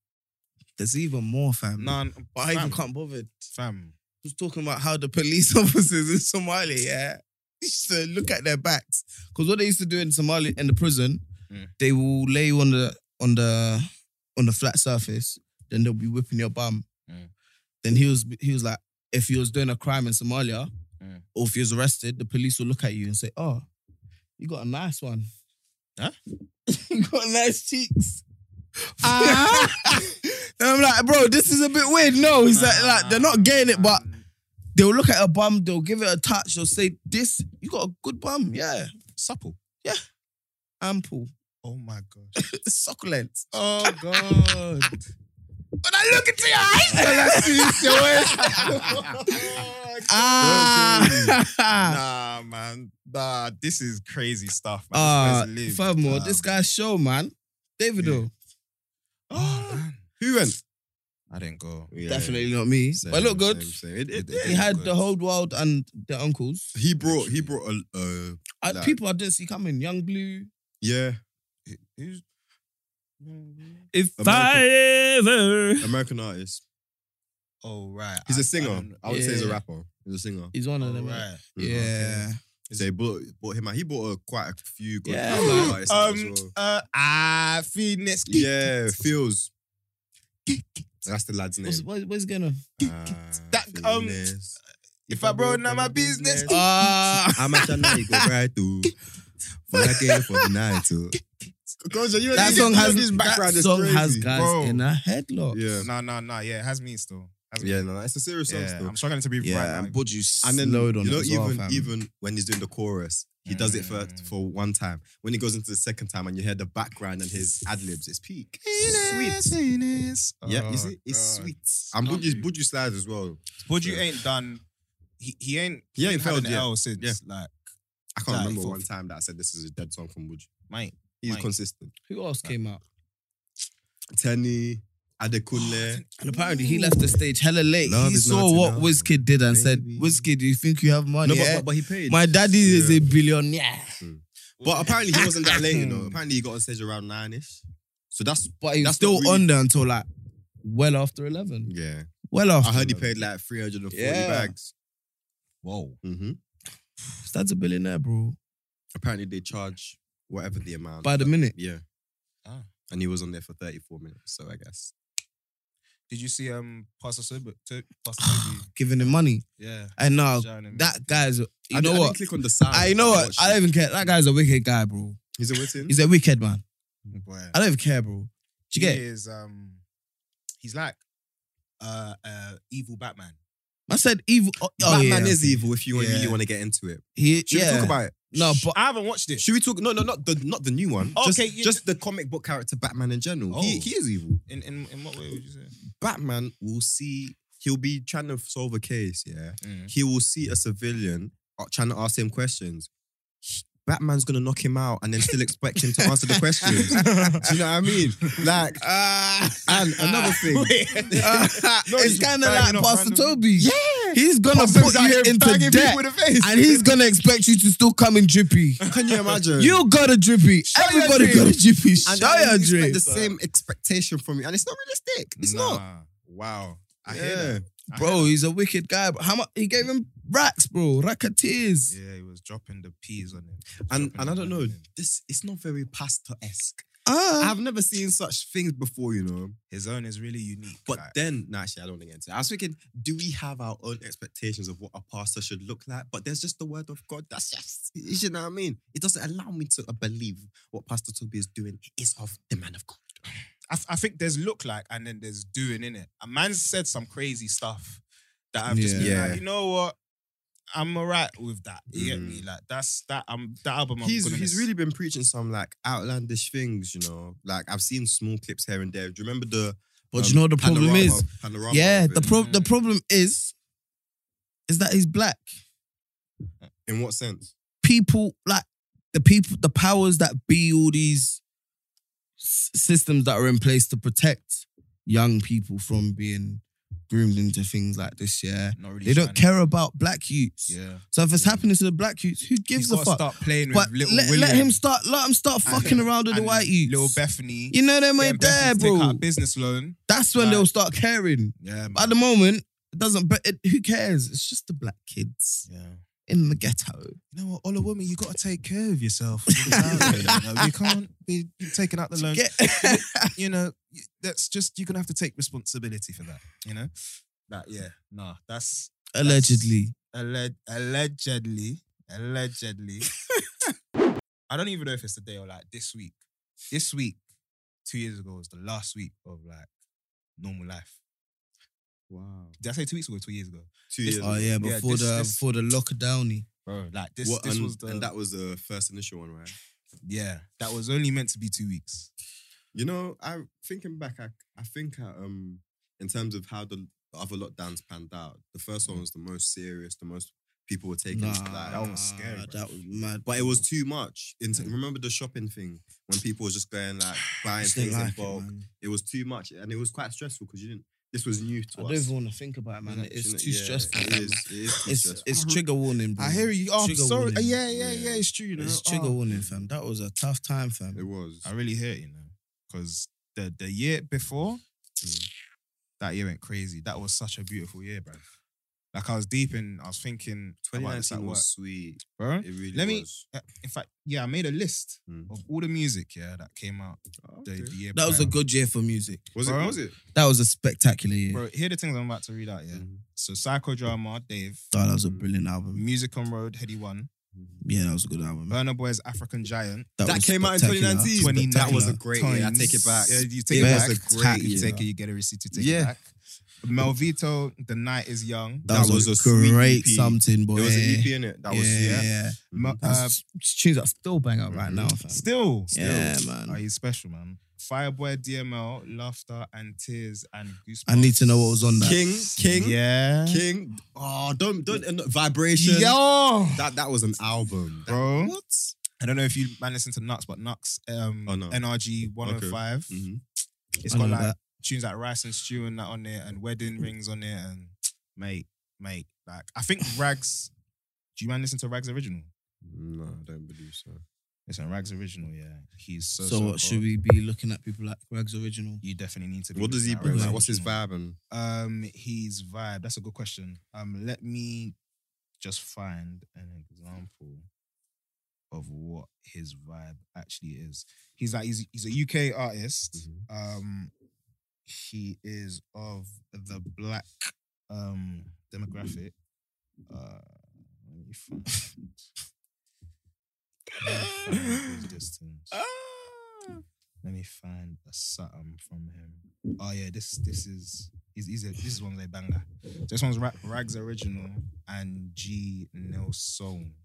There's even more, fam.
None.
but I even
fam,
can't bother. He
Fam.
was talking about how the police officers in Somalia, yeah, used to look at their backs. Because what they used to do in Somalia in the prison,
Mm.
they will lay you on the on the on the flat surface, then they'll be whipping your bum.
Mm.
Then he was he was like, if he was doing a crime in Somalia,
Mm.
or if he was arrested, the police will look at you and say, "Oh, you got a nice one,
Huh?
you got nice cheeks."
Ah.
and I'm like, bro, this is a bit weird. No, he's like, like, they're not getting it, but
man.
they'll look at a bum, they'll give it a touch, they'll say, "This, you got a good bum, yeah,
supple.
ample,
Oh my gosh.
succulent."
Oh god.
When I look into your eyes, when I see your Ah.
nah, man. Nah, this is crazy stuff. Man.
Uh,
oh, This place live.
furthermore,
Nah,
this guy's show, man. Davido.
Oh, man.
Who went?
I didn't go.
Yeah.
Definitely not me. but look good.
Same, same. It- it-
It- it-
He had
good.
the whole world and the uncles.
he brought. He brought a. Uh,
I,
Nah.
People I didn't see coming. Young Blue.
yeah,
Who- who's-
Mm-hmm.
If
I
ever.
American artist.
Oh right.
He's
a
a singer. I, would say he's a
Yeah.
rapper. He's a singer.
He's one of them. right?
Oh, right.
Yeah.
They brought, brought him out. He brought uh, quite a few good
Yeah,
African
man.
artists out as
Um.
well.
Uh. Ah. Phoenix.
Yeah, feels. That's the lad's name. Ah,
What's, what, what's going on?
That, um,
Feelings.
If I broke down my business.
Ah.
I'm a channel you go right to. For that game for the night too. Gojo, you
that song has,
his background
that
is
song
crazy.
has guys
bro.
in a headlock.
Yeah.
Nah. Nah. Nah. Yeah. It has me still. Has me.
Yeah, no, it's a serious song
Yeah,
still.
I'm struggling to breathe
Yeah,
right now.
but you
And then
slowed on
you know,
it as well,
even
fam.
even when he's doing the chorus, he does it for
Mm.
for one time. When he goes into the second time and you hear the background and his ad libs, it's peak. Sweet.
Phoenix.
yeah,
Oh,
you see, it's
God.
sweet. And
Don't
Buju
you-
Buju slides as well.
Buju
Yeah.
ain't done. He, he ain't.
He ain't
had
failed
an
yet.
L since
Yeah.
like
I can't
Nah, he
remember
thought-
one time that I said this is a dead song from Buju.
mate.
He's
Mike.
consistent.
Who else came out?
Tenny, Adekunle.
And apparently he left the stage hella late.
Love
he
is
saw
not
what
enough,
Wizkid did and said,
baby.
Wizkid, do you think you have money? eh?
but he paid.
My daddy is
Yeah.
a billionaire.
But apparently he wasn't that late, you know. Apparently he got on stage around nine ish. So that's
But he was
That's
still
not really-
on there until like well after 11.
yeah.
Well after.
I heard he
11.
paid like three hundred and forty
Yeah.
bags.
Whoa.
Mm-hmm.
That's a billionaire, bro.
Apparently, they charge whatever the amount.
By the minute.
yeah.
Ah.
And he was on there for 34 minutes, so I guess.
Did you see um Pastor Sobi? To, Pastor Sobi?
Giving him money.
yeah.
And
Oh,
now
Showing him-
that guy's you
I
know
didn't- I
what?
didn't click on the side.
I you know what?
watched
I
it.
don't even care. That guy's a wicked guy, bro.
He's a Witten?
He's a wicked man.
Boy.
I don't even care, bro. Do you
he
get it?
is um he's like uh uh evil Batman.
I said evil. Oh, oh,
Batman
yeah,
is
okay.
evil if you
Yeah.
really want to get into it.
He,
Should
yeah.
we talk about it?
no, but
I haven't watched it
Should we talk? No, no, not the not the new one. Just-
Okay,
just,
you-
the comic book character Batman in general.
Oh.
He, he is evil.
in, in in what way would you say?
Batman will see. He'll be trying to solve a case. Yeah,
Mm.
he will see a civilian uh, trying to ask him questions. Batman's gonna knock him out and then still expect him to answer the questions.
Uh,
Do you know what I mean? Like, Ah. and another thing,
it's kind of like
banging off
Pastor
random-
Toby. Yeah, he's gonna put you into debt,
with a face.
and he's gonna expect you to still come in drippy.
Can you imagine?
You got a drippy.
Show your
Everybody
drip.
got a drippy. Show
and then
your
you expect
drip,
the same expectation from you, and it's not realistic. It's
nah.
not.
Wow. I
Yeah.
hear that. I hear
bro. He's a wicked guy. But how much he gave him racks, bro? Racketeers.
Yeah, he was dropping the peas on him.
And
Dropping
and I
the money
don't know.
on him.
This it's not very pastor esque.
Ah,
Uh-huh.
I've never seen such things before, you know.
His own is really unique.
But
like,
then, no, actually, I don't want to get into it. I was thinking, do we have our own expectations of what a pastor should look like? But there's just the word of God. That's just, you know what I mean? It doesn't allow me to uh, believe what Pastor Toby is doing is of the man of God.
I, I think there's look like and then there's doing in it. A man said some crazy stuff that I've just been
Yeah.
like, you know what? I'm alright with that. You get
Mhm.
Mm.
me? Like that's that um that album I'm
He's,
gonna
he's
miss.
really been preaching some like outlandish things, you know. Like I've seen small clips here and there. Do you remember the. um,
But you know what the problem
panorama-
is?
Panorama
yeah.
of it?
The pro- the problem is, is that he's black.
In what sense?
people like the people the powers that be all these s- systems that are in place to protect young people from being groomed into things like this yeah
not really
they don't
shining.
care about black youths
Yeah.
so if it's happening to the black youths who gives
He's
a
gotta
fuck
start playing
but
with little
let,
William.
let him start let him start
and-
fucking around with the
and
white youths
Little Bethany.
you know them
getting
ain't there
Bethany to take
bro
out a business loan.
that's when
Like-
they'll start caring
Yeah.
but at the moment it doesn't but it, who cares it's just the black kids
yeah.
in the ghetto
You know what, all a woman, you gotta take care of yourself. You know, you can't be taking out the loan.
Get-
you know, y- that's just you're gonna have to take responsibility for that. You know, that yeah, nah, that's
allegedly
alleg- allegedly, allegedly. I don't even know if it's today or like this week. This week, two years ago was the last week of like normal life.
Wow.
Did I say two weeks ago? or Two years ago,
Two
This-
years.
Oh yeah, before
this-
the
this-
before the lockdowny.
bro. Like this,
What-
this
and,
was the
and that was the first initial one, right?
yeah. That was only meant to be two weeks.
You know, I thinking back, I, I think I, um, in terms of how the, the other lockdowns panned out, the first one was the most serious, the most people were taking.
Mm-hmm. Nah,
like,
that was scary, bro.
That was mad.
but it was too much. In t- remember the shopping thing when people was just going like buying
Just didn't
things in
like it,
bulk.
man.
It, was too much, and it was quite stressful because you didn't. This was new to
I
us.
don't even want to think about it, man.
You know,
It's
you know,
too
yeah,
stressful.
It
man.
is. It is too
It's
stressful.
it's trigger warning. Bro.
I hear you. Oh, I'm
Trigger
sorry.
warning.
Yeah, yeah, yeah,
Yeah.
It's true. You know,
It's trigger
Oh.
warning, fam. That was a tough time, fam.
It was.
I really hear it, you know, because the the year before, mm, that year went crazy. That was such a beautiful year, bro. Like I was deep in, I was thinking about this at
2019
work,
was sweet.
bro.
It really
Let me-
was.
Uh, In fact, yeah, I made a list
Mm.
of all the music, yeah, that came out
Oh,
the,
okay.
the year.
That was a
prior.
good year for music.
Was it?
Bro.
Was it?
That was a spectacular year. Mm.
bro. Here are the things I'm about to read out, yeah. So psychodrama, Dave.
Oh, that was a brilliant album.
Music on Road, Heady One,
Yeah, that was a good album.
Burner Boy's African Giant,
That
was
came out in
spectacular.
2019.
Spectacular.
That was a great year. I take it back.
Yeah, you take
Yeah,
it
that was
back.
a great
you
year.
take it, you get a receipt to take it
Yeah.
back. Melvito, The Night is Young.
That, was, a great
sweet EP.
something, boy.
It was an EP in it. That
yeah,
was
yeah.
yeah. Mm-hmm.
Mo- uh,
That's tunes that still bang out right now, fam.
Still, still.
Yeah, man.
Oh, he's special, man. Fireboy, DML, Laughter and Tears and Goosebumps.
I need to know what was on that.
King, King,
Yeah.
King. Oh, don't don't uh, vibration.
Mm. Yo.
That that was an album,
Bro.
What?
I don't know if you man listen to Nux, but Nux, um,
Oh, no.
NRG 105.
Mhm.
It's
I
got
know
like
that.
tunes like Rice and Stew and that on there and
Mm.
Wedding Rings on there. And mate, mate, like, I think Rags, do you man listen to Rags Original?
No, I don't believe so.
Listen, Rags Original, yeah. He's so,
So,
so,
what, should
cold.
we be looking at people like Greg's original?
You definitely need to be.
What does he
looking at
bring?
Rags
Like, what's his
Original.
vibe and
Um, his vibe. That's a good question. Um, let me just find an example of what his vibe actually is. He's like he's he's a UK artist.
Mm-hmm.
Um, he is of the black um demographic. Uh, let me find. let me find his distance.
Ah!
Let me find a something from him. Oh yeah, this this is he's, he's a, this is one of their banger. So this one's Ra- Rags Original and G Nelson.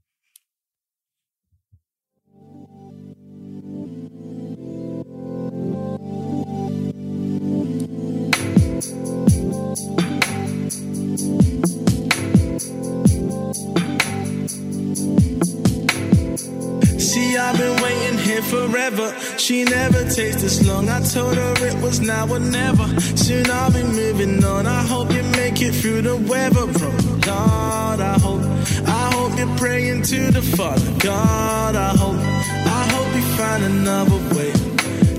See, I've been waiting here forever. She never takes this long. I told her it was now or never. Soon I'll be moving on. I hope you make it through the weather, bro. God, I hope. I hope you're praying to the Father. God, I hope. I hope you find another way.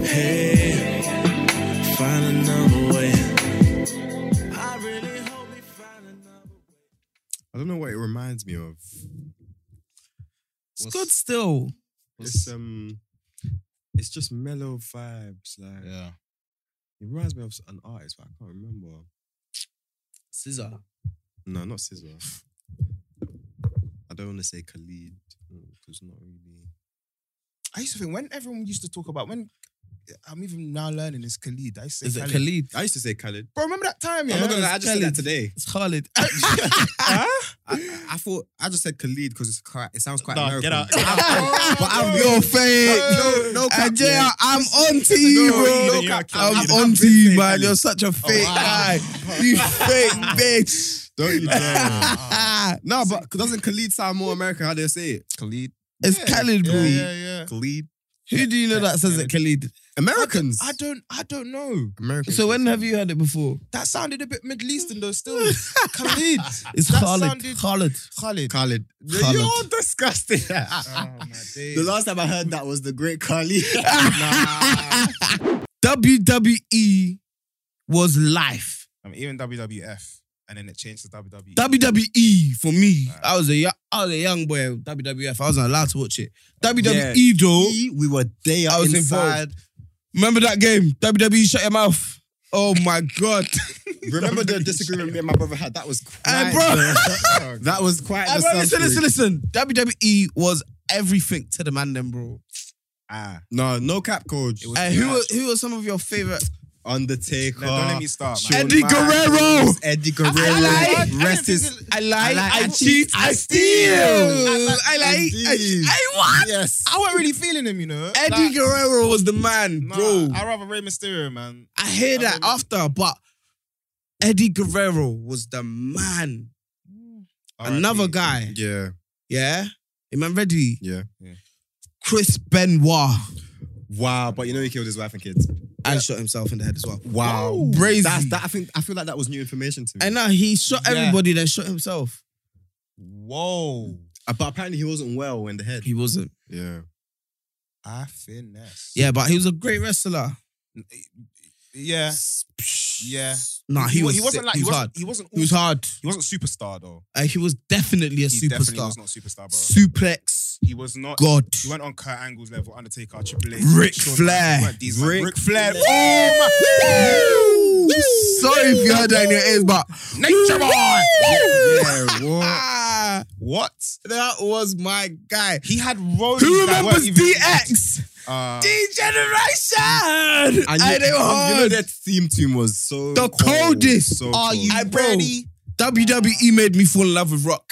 Hey, find another way. I really hope you find another way.
I don't know what it reminds me of.
It's good still.
It's um, it's just mellow vibes. Like
Yeah.
it reminds me of an artist, but I can't remember.
Scissor.
No, not Scissor. I don't want to say Khalid because not really.
I used to think when everyone used to talk about when I'm even now learning is Khalid. I used to say
Is it
Khalid.
Khalid?
I used to say Khalid.
Bro, remember that time? Yeah,
I'm not gonna.
it's
lie, I just said
Khalid.
that today.
It's Khalid.
I, I- I thought I just said Khalid because it's quite, it sounds quite
Nah,
American.
get out,
But
get
I'm- but I'm
Bro.
your fake. No, no, cap,
AJ,
yeah.
I'm on to you,
No,
bro.
no cap, cap,
I'm on
yeah. I've
to
been
you,
saying
man.
Khalid. Oh,
You're such a fake
wow.
guy. You fake bitch.
Don't you dare. no, but doesn't Khalid sound more American? How do they say it? Khalid.
It's Khalid, bro.
yeah.
Khalid.
Who do you know that says it, Khalid?
Americans.
I don't, I don't know.
Americans.
So when have you heard it before?
That sounded a bit Middle Eastern though. Still, Khalid,
It's
That
Khalid.
sounded-
Khalid.
Khalid.
Khalid.
Khalid.
You're disgusting.
Oh my days.
the last time I heard that was the great Khalid.
WWE E was life.
I'm Um, even WWF, and then it changed to E. WWE.
WWE E for me. I was a yo- I was a young boy. at WWF. I wasn't allowed to watch it. WWE though.
we were there
I was
inside.
Remember that game? WWE shut your mouth. Oh my god.
Remember the disagreement me and my brother had? That was quite.
Hey, bro.
the- that was quite.
Hey,
the
bro, listen, listen,
something.
listen. WWE E was everything to the man, then, bro.
Ah,
No, no cap, coach. Eh,
Hey, who were, who are some of your favorite?
Undertaker.
no, don't let me start.
Shawn
Man.
Eddie Guerrero.
Eddie Guerrero.
I like-
Rest his.
I lie,
like,
I, cheat, I steal. I like, I,
Indeed.
I what?
Yes.
I wasn't really feeling him, you know.
Eddie
Like,
Guerrero was the man,
nah,
bro.
I'd rather Rey Mysterio, man.
I hear that
I
after, but Eddie Guerrero was the man. Another
RIP.
guy,
Yeah,
yeah. Am I ready?
yeah.
Chris Benoit
Wow, but you know he killed his wife and kids.
and shot himself in the head as well.
Wow,
Crazy.
That's, that, I think I feel like that was new information to me.
And uh, now he shot
Yeah.
everybody, then shot himself.
Whoa,
Uh, but apparently he wasn't well in the head.
He wasn't.
Yeah,
I finesse.
Yeah, but he was a great wrestler.
yeah, yeah.
Nah, he, was.
he wasn't like
he was hard.
wasn't, he wasn't
He was hard.
he wasn't superstar though.
Uh, he was definitely a
He definitely
superstar.
was not superstar, bro.
Suplex
He was not.
God.
He went on Kurt Angle's level, Undertaker, Triple H,
Ric
Shawn
Flair.
Michaels, like these- like
Ric
Ric Flair.
Flair.
Oh my!
Sorry if you heard that in your ears, but
Nature boy.
yeah. What?
ah,
What?
that was my guy.
He had roles.
Who
that
remembers
weren't even-
DX?
Uh,
D-Generation!
And
I,
you,
they were
um, you know
hard.
their theme tune was so
The
cold,
coldest.
So
Are
cold.
you
I- bro.
ready?
WWE made me fall in love with rock.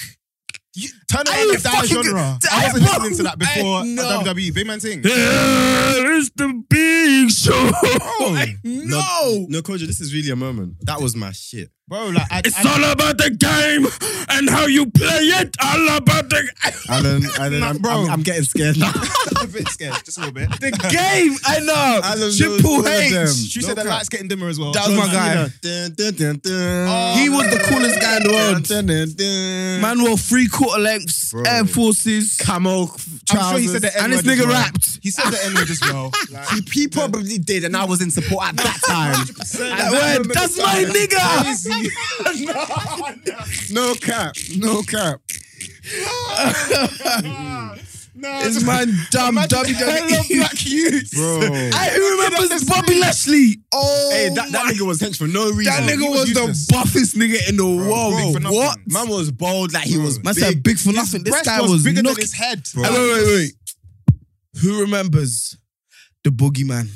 You, turn it
I
on
ain't
if that genre.
fucking good.
I wasn't
Bro,
listening to that before uh,
I know.
WWE. E. Big man thing.
It's the big show. Oh, no.
No, Koja, this is really a moment. That was my shit.
Bro, like, I, I,
all about the game and how you play it. All about the
And then, and then
Nah,
I'm,
bro.
I'm, I'm getting scared now.
I'm a bit scared. Just a little bit.
the game. I know.
I love
Triple
those- all of
H.
them.
She said
No
the
cap.
light's getting dimmer as well.
That was my guy.
Dun, dun, dun, dun.
He was the coolest guy in the
Dun,
world.
dun, dun, dun.
Man wore three quarter lengths,
Bro.
Air Forces,
camo
I'm sure he said
trousers.
the N-word
and this
as
nigga
well.
rapped.
He said the N word as well. Like,
He, he probably did, and I was in support at that time.
Like, word, that's my nigga.
no cap, no cap.
no,
This man dumb WWE.
youth.
Bro.
I who remembers Bobby Lashley. Oh,
Hey, that, that
my-
nigga was hench for no reason.
that nigga
he was
was,
useless.
the buffest nigga in the
big for
world.
nothing.
what?
Man was bold, like he
Bro.
was.
Man said big for nothing. This
Breast
guy was,
bigger
knock-
than his head.
Hey, Wait, wait, wait. Who remembers the boogeyman?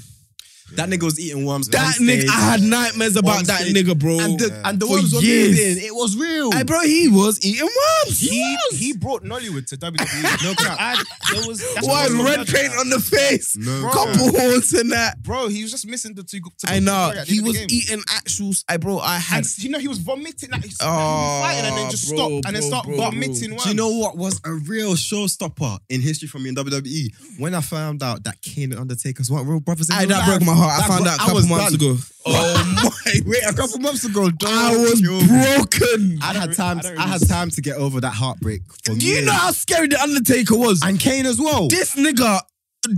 That nigga was eating worms.
That
on
nigga,
stage.
I had nightmares about
On
that
stage.
nigga, bro.
And the,
Yeah.
and the
For
worms were
years.
moving. It was real.
Hey, bro, he was eating worms.
He, he brought Nollywood to WWE. no crap. I, there was, that's what I
Why
was
red
wondering
paint
about.
on the face?
No.
Bro.
Couple horns and that.
Bro, he was just missing the two. two
I know.
sorry, at the
He
end of
was
the game.
eating actual. I bro, I had.
And you know he was vomiting. Like, he's
Oh,
fighting and then just
bro,
stop and then
bro,
start
bro, bro.
vomiting.
Do you know what was a real showstopper in history for me in E, WWE? When I found out that Kane and Undertaker's weren't real brothers. in
I
real
that broke my
life.
heart. I
That
found
bro-
out a
I
couple
was
months
done.
ago. Oh my!
Wait, a couple months ago, dog.
I was
Yo.
broken.
I had
re-
time.
I don't
I, had
really-
time to get over that heartbreak.
Do
For
you
years.
know how scary the Undertaker was?
And Kane as well.
This nigga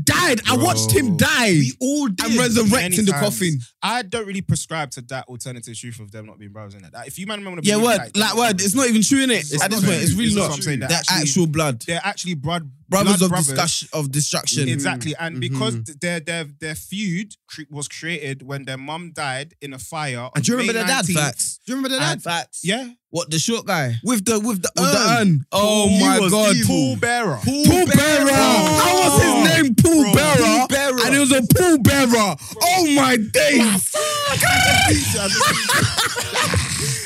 died. I watched him die.
we all did.
I'm resurrecting
Many
the
times.
coffin.
I don't really prescribe to that alternative truth of them not being brothers in that. Like, if you man want to
Yeah, word. Like, word. It's not even true in it.
It's
At this
not
point, it's
true. This
really
is
not.
what I'm saying.
They're
They're
actual
actually-
blood.
they're actually blood
Brothers
blood
of
brothers.
discussion of destruction.
Exactly, and
Mhm.
because th- their their their feud cre- was created when their mum died in a fire. on
And do you remember
May
their dad?
19th.
Facts.
Do you remember
And facts.
Yeah,
What the short guy
With the with the
with the
urn.
urn? Oh
He
my
was
god!
evil.
Paul Bearer.
Paul Paul Bearer. How was his name? Paul Bearer.
Paul Bearer.
And he was a Paul Bearer. Oh my days!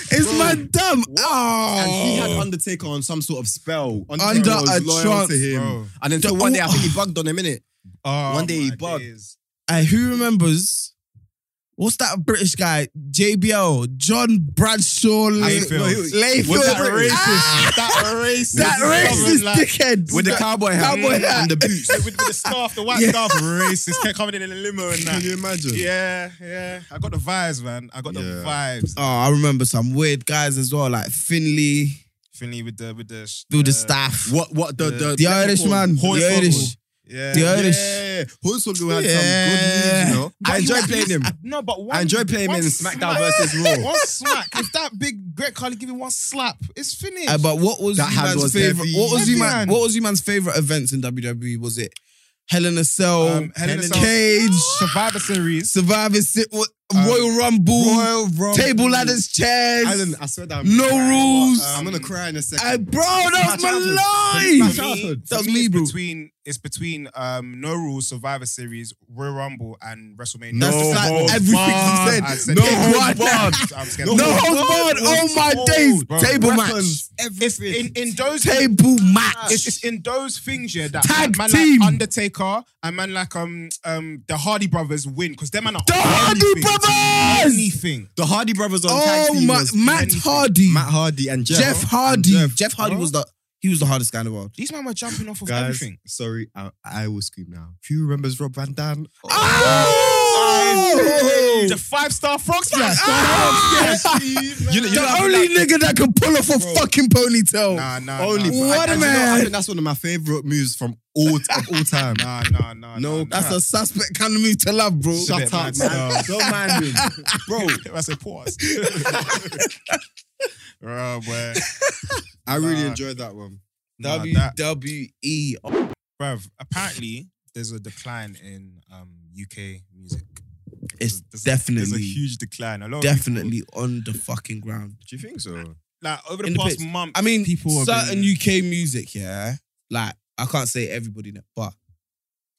it's my dumb. Oh.
And he had Undertaker on some sort of spell.
Under a trance,
to him.
bro.
And then so one day I think he bugged on him minute.
Oh,
One day he
my
bugged.
days.
Hey, who remembers? What's that British guy? JBL, John Bradshaw, Layfield.
Layfield.
Layfield.
Was that racist?
Ah,
That racist,
that racist dickhead
With the cowboy hat Mm.
Cowboy hat.
and the boots.
with, with the scarf, the white
Yeah.
scarf, racist, kept coming in in a limo and that.
imagine?
Yeah, yeah. I got the vibes, man. I got the
Yeah.
vibes.
Oh, I remember some weird guys as well, like Finley,
Finley with the with the
do the
uh,
staff.
What what the the,
The Irish man,
Hornswoggle.
the Irish.
Yeah.
The Irish.
Yeah. Hornswoggle had
Yeah.
some good moves, you know.
But
I
you-
enjoyed playing him.
No, but one,
I enjoyed playing
one
him in
smack-
SmackDown versus Raw.
One smack. If that big Greg Carly give you one slap, it's finished.
Uh, but what was
That hand
man's
was
favorite?
heavy.
What was
Heavy
man?
hand.
What was man's favorite events in WWE? Was it Hell in a Cell,
Um, Hell in a Cell.
Cage,
Survivor Series.
Survivor Series,
Um,
Royal Rumble,
Rumble.
table ladders,
I,
chairs?
didn't- I swear that I'm
No
crying,
rules.
but, um, I'm gonna cry in a second.
I, bro, that was
It's
my
my
life.
childhood.
That was
For
me,
it's
bro.
Between it's between um, No Rules, Survivor Series, Royal Rumble, and WrestleMania.
That's
No
like
holds
everything
barred.
you
I
said.
said
No
it.
holds barred.
I'm scared.
No holds barred. Oh my days.
Bro,
Table match.
weapons,
It's in, in those
Table match.
It's, it's in those things, yeah, that
Tag
man
team.
like Undertaker and man like um um the Hardy Brothers win because them man are
The Hardy
anything.
Brothers.
Anything.
The Hardy brothers on tag
Oh
team
my,
was
Matt
anything.
Hardy.
Matt Hardy and Jeff.
Jeff Hardy.
And
Jeff,
Jeff.
Hardy was the he was the hardest guy in the world.
These men were jumping off of
Guys,
everything.
sorry, I, I will scream now. Who remembers Rob Van Dam?
Oh!
The five star frog splash.
Ah!
You know- you know-
the only nigga that can pull off a fucking ponytail.
Nah, nah,
Only
nah,
What
and-
a
and you know,
man.
I think that's one of my favorite moves from all of all time.
nah, nah, nah.
No,
nah,
That's
nah.
a suspect kind of move to love, bro.
Shut
Shut up,
mad
man. Don't mind him, bro.
That's a pause. Bro, boy.
I really
Nah.
enjoyed that one.
Nah,
E
that-
WWE.
Bruv, apparently there's a decline in um UK music. There's
It's
a- there's a
definitely,
huge decline. A lot of people-
definitely on the fucking ground.
Do you think so?
like over the
in the
past
pits.
month.
I mean,
people have
certain
been-
UK music, yeah. Like I can't say everybody, in it, but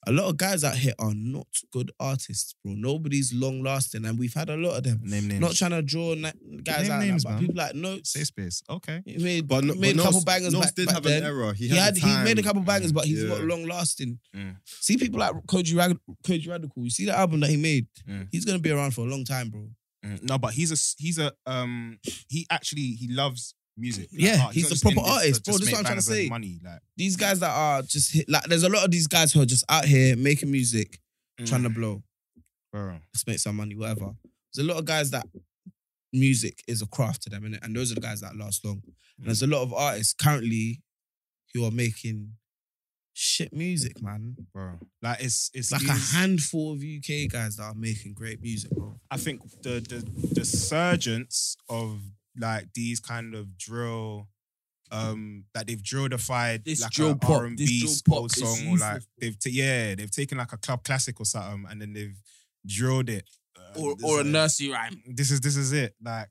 a lot of guys out here are not good artists, bro. Nobody's long lasting, and we've had a lot of them.
name names.
Not trying to draw na- guys
Name
out,
names,
like,
man.
but people like Notes.
Safe space. Okay.
He made,
But, no,
he made
but
a couple
Nos-
bangers
Nos
back,
did
back
have
then.
an error. He,
He had
the
he made a
time.
couple bangers, but he's
Yeah.
not long lasting.
Mm.
See people like Koji, Rag- Koji Radical. You see the album that he made.
Mm.
He's gonna be around for a long time, bro.
Mm. No, but he's a s- he's a um he actually he loves music. Like,
Yeah,
art.
he's
not
a
just
proper
in this to
artist, bro.
just
This
make
what I'm trying
bangers
to
and
say.
Money like
These guys that are just hit, like, there's a lot of these guys who are just out here making music.
Mm.
trying to blow,
bro.
let's make some money, whatever. There's a lot of guys that music is a craft to them, innit? and those are the guys that last long. And there's a lot of artists currently who are making shit music, man.
bro. Like it's it's
Like a
it's-
handful of UK guys that are making great music, bro.
I think the the the surgence of like these kind of drill um that they've drilledified
This
like
drill
a
pop,
R&B
this drill
soul
pop is
song or
useless,
like
bro.
they've ta- yeah they've taken like a club classic or something and then they've drilled it Uh,
or
this
or a
is-
nursery rhyme.
this is this is it like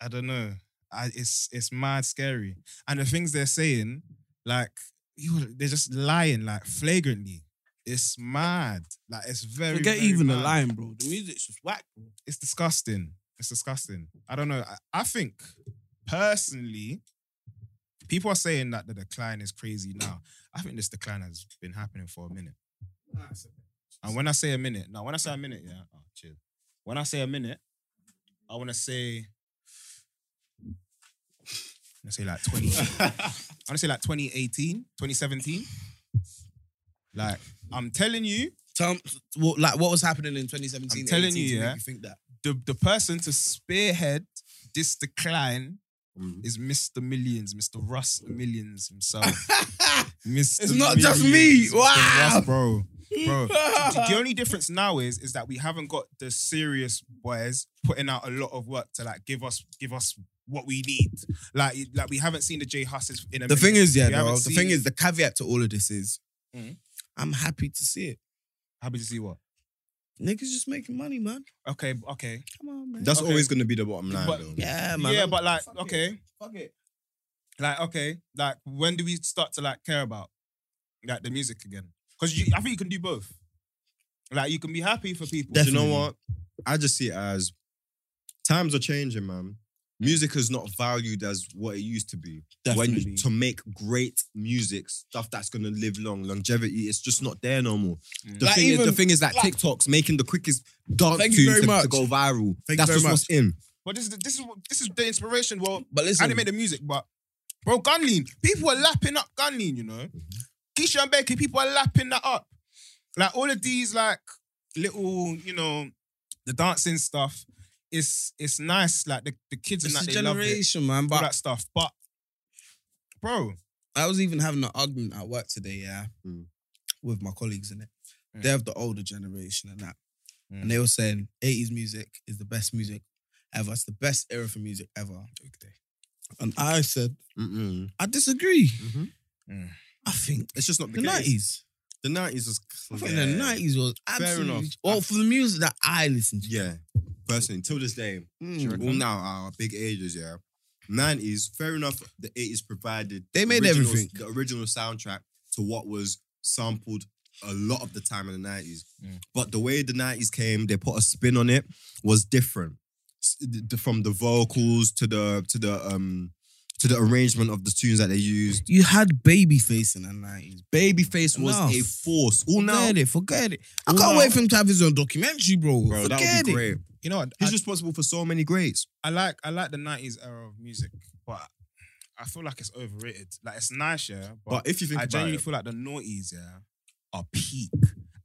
I don't know I, it's it's mad scary and the things they're saying like yo, they're just lying like flagrantly it's mad like it's very
Forget
very
even the
mad.
line, bro. The music's just whack, bro.
it's disgusting. It's disgusting. I don't know. I, I think personally, people are saying that the decline is crazy now. I think this decline has been happening for a minute. And when I say a minute, now when I say a minute, yeah, oh, chill. When I say a minute, I want to say, I say like 20. I want to say like 2018, 2017. Like, I'm telling you,
Tell 'em what like what was happening in 2017.
I'm telling
18
you,
to make
yeah.
You think that?
the, the person to spearhead this decline
Mm.
is Mr. Millions, Mr. Russ Millions himself. Mr.
It's not just me.
Millions, Mr.
Wow.
Russ, bro. Bro. the only difference now is is that we haven't got the serious boys putting out a lot of work to like give us give us what we need. Like like we haven't seen the J Husses in a
The
minute.
thing is, yeah,
We haven't
though, the thing
seen-
is, the caveat to all of this is,
Mhm.
I'm happy to see it.
happy to see what?
Niggas just making money, man.
Okay, okay.
Come on, man.
That's
Okay.
always going to be the bottom line,
But-
though.
yeah, man.
yeah,
I'm-
but like,
fuck it.
okay.
fuck it.
Like, okay, like when do we start to like care about like the music again? Because I think you can do both. Like you can be happy for people.
But You know what? I just see it as times are changing, man. Music is not valued as what it used to be. When
Definitely.
to make great music, stuff that's gonna live long, longevity, it's just not there no more. The,
Like
thing, is, the
even-
thing is that TikTok's making the quickest dance
Thank
to,
you very
to- to
much.
go viral.
Thank you
that's
very
just what's in.
But this is the, this is what- this is the inspiration. Well,
But
I
listen,
didn't make the music, but bro, Gunlean, people are lapping up Gunlean. You know,
Mm-hmm.
Keisha and Becky, people are lapping that up. Like all of these, like little, you know, the dancing stuff. It's it's nice. Like the, the kids and
it's
that
a
they love it,
generation, man.
all
But
that stuff. But bro,
I was even having an argument at work today, yeah,
Mm.
with my colleagues in it.
Mm.
They're of the older generation and that.
Mm.
And they were saying 80s music is the best music ever. It's the best era for music ever. And I said,
Mm-mm.
I disagree.
Mhm.
Mm.
I think
It's just not the,
the
case.
90s.
The nineties is
I
clear.
think the 90s was absolutely.
enough.
Well, for the music that I listened to.
Yeah, personally, till this day,
Mm.
all now our big ages, yeah. Nineties, fair enough. The eighties provided
They made
original-
everything.
The original soundtrack to what was sampled a lot of the time in the nineties.
Mm.
But the way the nineties came, they put a spin on it was different S- the- the- from the vocals to the to the um to the arrangement of the tunes that they used.
You had Babyface in the 90s.
Babyface was
Enough.
a force. All now,
forget it, forget it. I
All
can't
now-
wait for him to have his own documentary, bro.
bro,
forget
that would be
it.
great.
you know what?
He's
I-
responsible for so many greats.
I like I like the nineties era of music, but I feel like it's overrated. Like it's nice, yeah. But,
But if you think
I
about
genuinely
it,
feel like the noughties, yeah, are peak.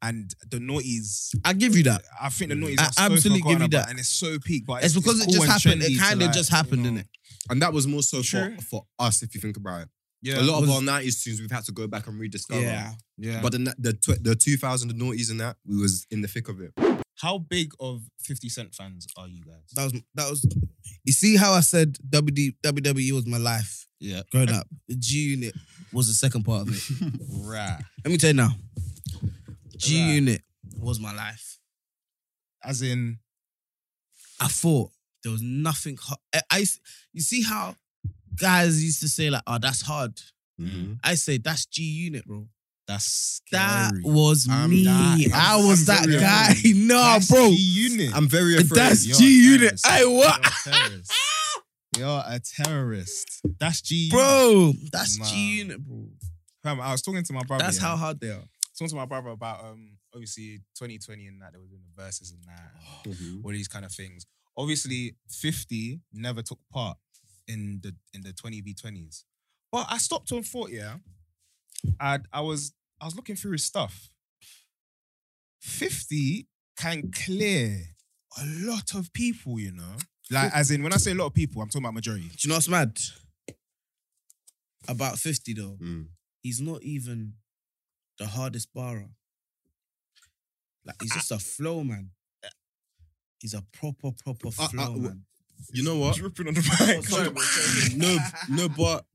And the noughties,
I give you that.
I think the noughties
Mm, I
are so
absolutely give
forgotten
you
about,
that.
and it's so peak. But
It's because it
cool
just
and
happened.
trendy
It
to,
kind of
like,
just
you
happened,
know,
innit?
and that was more so for,
True.
for us. If you think about it.
Yeah,
a lot of our nineties tunes we've had to go back and rediscover.
yeah.
But the the tw- the two thousand the noughties and that we was in the thick of it.
how big of Fifty Cent fans are you guys?
That was that was. You see how I said WD, WWE E was my life.
Yeah.
growing up, G Unit was the second part of it.
Right,
Let me tell you now, G Unit was my life.
as in
I thought there was nothing. Hard. I, I s- you see how guys used to say like, "Oh, that's hard." I say that's G Unit, bro.
that's
That
scary.
was
I'm
me.
that-
I
I'm-
was
I'm
that
very
guy.
angry.
no,
That's
bro.
G unit.
I'm very afraid.
That's
You're
G
a
Unit.
terrorist. You're
I what?
a terrorist. You're a terrorist. That's G unit.
Bro, that's
Nah.
G Unit, bro.
Fam, I was talking to my brother.
That's
yeah.
how hard they are.
I was talking to my brother about um obviously 2020 and that they were doing the verses and that
Oh.
and
Mm-hmm.
all these kind of things. Obviously, 50 never took part in the in the 20 v 20s. But I stopped on 40, yeah. And I was I was looking through his stuff. 50 can clear a lot of people, you know. Like as in when I say a lot of people, I'm talking about majority.
Do you know what's mad? About 50 though,
Mm.
he's not even the hardest barrer. Like he's just a flow man. He's a proper, proper
I-
flow
I-
man.
You know what?
Dripping on the mic.
Sorry, bro.
no, no, but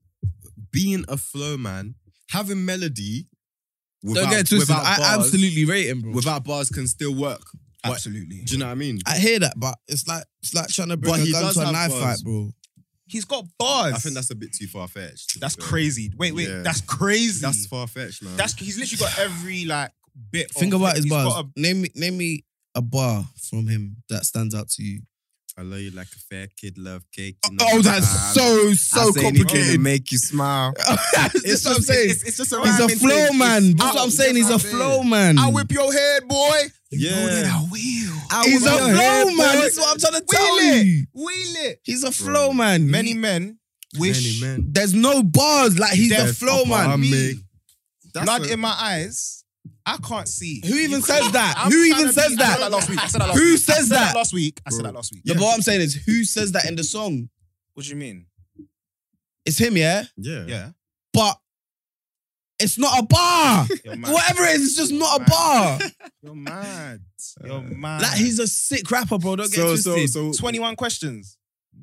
being a flow man, having melody without,
Don't get it twisted.
without
I
bars,
absolutely rate him, bro.
without bars can still work.
absolutely.
Do you know what I mean?
I hear that, but it's like it's like trying to bring
But
a
he
gun
does
to a
have
knife
bars.
fight, bro.
He's got bars.
I think that's a bit too far fetched.
that's crazy. Wait, wait,
Yeah.
that's crazy.
That's far fetched, man.
That's he's literally got every like bit.
Think
of,
about his
he's
bars.
got a-
Name me, name me a bar from him that stands out to you.
I love you like a fair kid love cake. you know
Oh,
what
that's
I'm-
so
I
so
say anything to
complicated.
make you smile.
That's what I'm
just-
saying.
It's, it's just a
He's a
rhyming
flow
thing.
man.
It's-
That's what I'm saying. He's a
I'll-
flow man.
I'll whip your head, boy.
Yeah.
He's a flow man. That's what I'm trying to tell
Wheel it.
you.
Wheel it.
He's a flow man.
Many men wish
Many men.
There's no bars. Like he's a
There's
flow
upper arm
man.
make- That's
blood
a-
in my eyes. I can't see.
Who even
You
says
can't-
that?
I'm
Who
trying
even
to
says
be- I
that?
said that last week. I said that last
Who
week. I
says
said
that?
Last week. I said
Bro.
that last week.
No, but what I'm saying is, who says that in the song?
What do you mean?
It's him, yeah.
Yeah.
Yeah.
But it's not a bar.
You're mad.
Whatever it is, it's just not a
Man.
bar.
You're mad. You're mad.
Like he's a sick rapper, bro. Don't get
So, so,
twisted.
so
21 questions.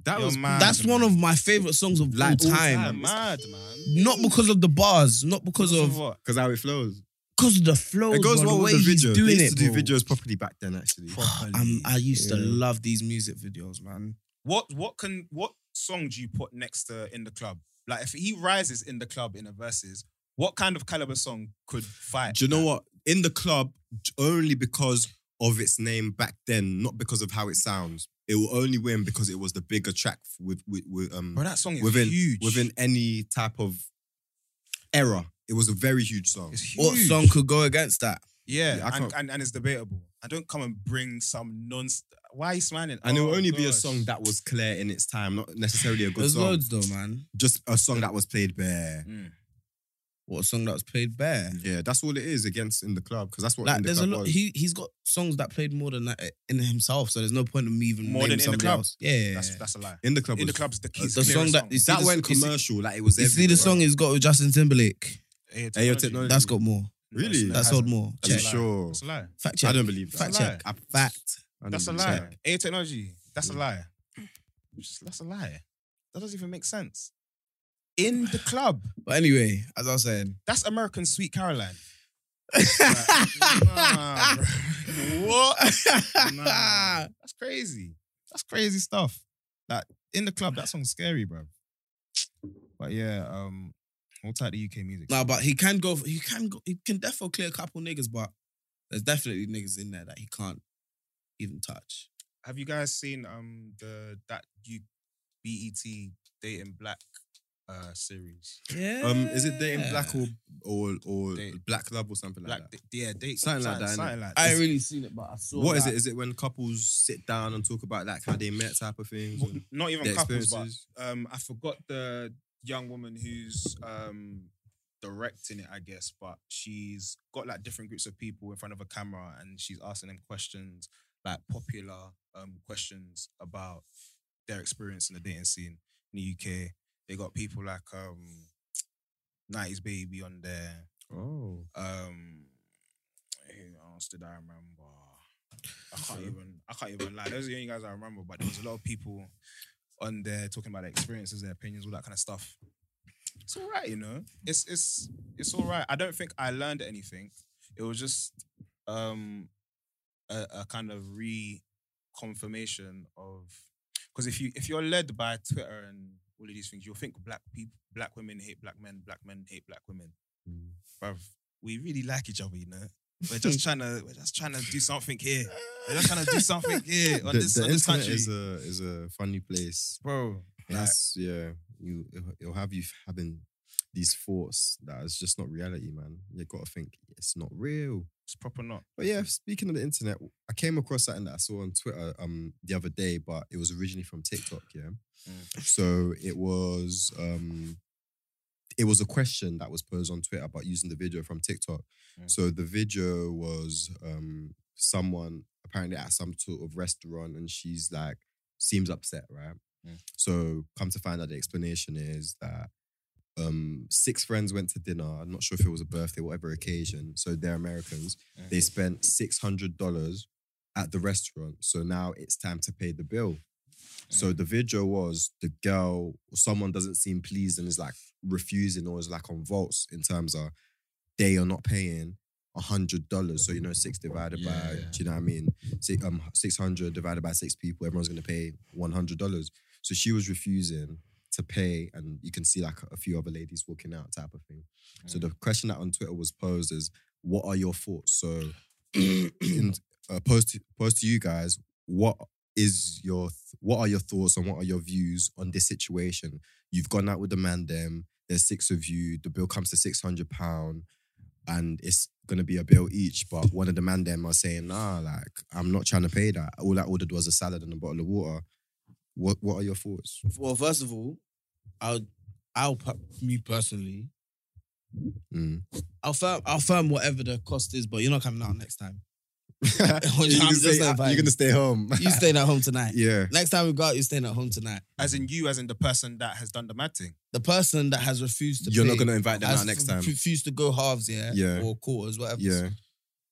that
You're
was
mad.
That's one of my favorite songs of
Like,
all
all
time.
You're mad, man.
Not because of the bars, not because
Because of
of
what?
because how it flows.
because of the flow.
It goes
bro,
well
the
with
way
the
he's
video. They
doing
used
it.
to do
bro.
videos properly back then, actually.
I'm, I used to
Yeah.
love these music videos, man.
What what can what song do you put next to in the club? Like if he rises in the club in a verses, what kind of caliber song could fight?
Do you know what? In the club, j- only because of its name back then, not because of how it sounds. It will only win because it was the bigger track with, with, with um
Bro, that song is
within
huge.
within any type of era. It was a very huge song.
it's huge.
What song could go against that?
Yeah,
Yeah, I
and,
can't-
and, and it's debatable. I don't come and bring some non. Why are you smiling?
And it
Oh,
will only be a
gosh.
song that was clear in its time, not necessarily a good
There's
song.
loads though, man.
Just a song that was played bare.
Mm.
What a song that was played bare?
Yeah, that's all it is against in the club because that's what
Like
in the
there's a
club
lot.
was.
He he's got songs that played more than that in himself. So there's no point in me even
More
naming
than in the
somebody
club.
else. Yeah, yeah, yeah.
That's that's a lie.
in the club
In the
was-
club's the key.
the song that you see
That
the-
went
you see-
commercial, like it was.
You see the
everywhere.
song he's got with Justin Timberlake.
Ayo
Ayo
Technology.
That's got more.
Really?
No, it
That's
hasn't.
sold more.
Are you
Check.
sure?
It's a lie.
Fact
I
check.
don't believe that.
Fact
That's a lie.
check. Fact.
I don't
That's a
believe
lie.
that.
A technology. That's
Mm.
a lie. It's just- That's a lie. That doesn't even make sense. In the club.
But anyway, as I was saying,
That's American Sweet Caroline. Nah, bro. what? Nah. That's crazy. That's crazy stuff. Like in the club, that song's scary, bro. But yeah, um, hold tight the UK music.
No, but he can go. He can go. He can definitely clear a couple niggas, but there's definitely niggas in there that he can't even touch.
Have you guys seen um the that you BET dating black uh series?
Yeah.
Um, is it dating black or or or
Date.
black love or something like
Black,
that?
yeah, date
Something like that, innit?
Something like
I
that.
ain't really seen it, but I saw.
What is
that.
it? Is it when couples sit down and talk about like how they met type of things?
Well, Not even
their
couples, but
experiences.
um, I forgot the young woman who's um directing it, I guess. But she's got like different groups of people in front of a camera, and she's asking them questions, like popular um questions about their experience in the dating scene in the UK. They got people like um, 90s Baby on there.
Oh,
Um, who else did I remember? I can't even. I can't even lie. Those are the only guys I remember. But there was a lot of people on there talking about their experiences, their opinions, all that kind of stuff. It's all right, you know. It's it's it's all right. I don't think I learned anything. It was just um a, a kind of reconfirmation of because if you if you're led by Twitter and all of these things, you'll think black people, black women hate black men, black men hate black women
Mm.
bruv, we really like each other, you know. We're just trying to, we're just trying to do something here. We're just trying to do something here on
the,
this,
the
on this
internet
country,
is a is a funny place.
bro. Like,
That's yeah. You it'll- it'll have you having these thoughts that is just not reality, man. You gotta think it's not real.
it's proper not.
But yeah, speaking of the internet, I came across something that I saw on Twitter um the other day, but it was originally from TikTok, yeah.
Mm.
So it was um it was a question that was posed on Twitter about using the video from TikTok.
Mm.
So the video was um someone apparently at some sort of restaurant and she's like seems upset, right?
Mm.
So come to find out the explanation is that um six friends went to dinner. I'm not sure if it was a birthday, whatever occasion. So they're Americans. They spent six hundred dollars at the restaurant. So now it's time to pay the bill. So the video was the girl, someone doesn't seem pleased and is like refusing or is like on vaults in terms of they are not paying a hundred dollars. So you know, six divided by,
Yeah.
do you know what I mean? Six, um, six hundred divided by six people, everyone's gonna pay one hundred dollars. So she was refusing to pay, and you can see like a few other ladies walking out, type of thing. So the question that on Twitter was posed is, "What are your thoughts?" So, in, uh, post to, post to you guys, what is your th- what are your thoughts and what are your views on this situation? You've gone out with the man, them. There's six of you. The bill comes to six hundred pound, and it's gonna be a bill each. But one of the man them are saying, "Nah, like I'm not trying to pay that. All I ordered was a salad and a bottle of water." What What are your thoughts?
Well, first of all, I'll, I'll per- me personally,
Mm.
I'll firm, I'll firm whatever the cost is, but you're not coming out next time.
you're, gonna
just
stay,
like,
you're gonna stay home.
You staying at home tonight.
yeah.
Next time we go out, you're staying at home tonight.
As in you, as in the person that has done the mad thing.
The person that has refused to
You're not
pay
gonna invite them
has
out next
f-
time.
Refused to go halves, yeah,
Yeah.
or quarters, whatever.
Yeah.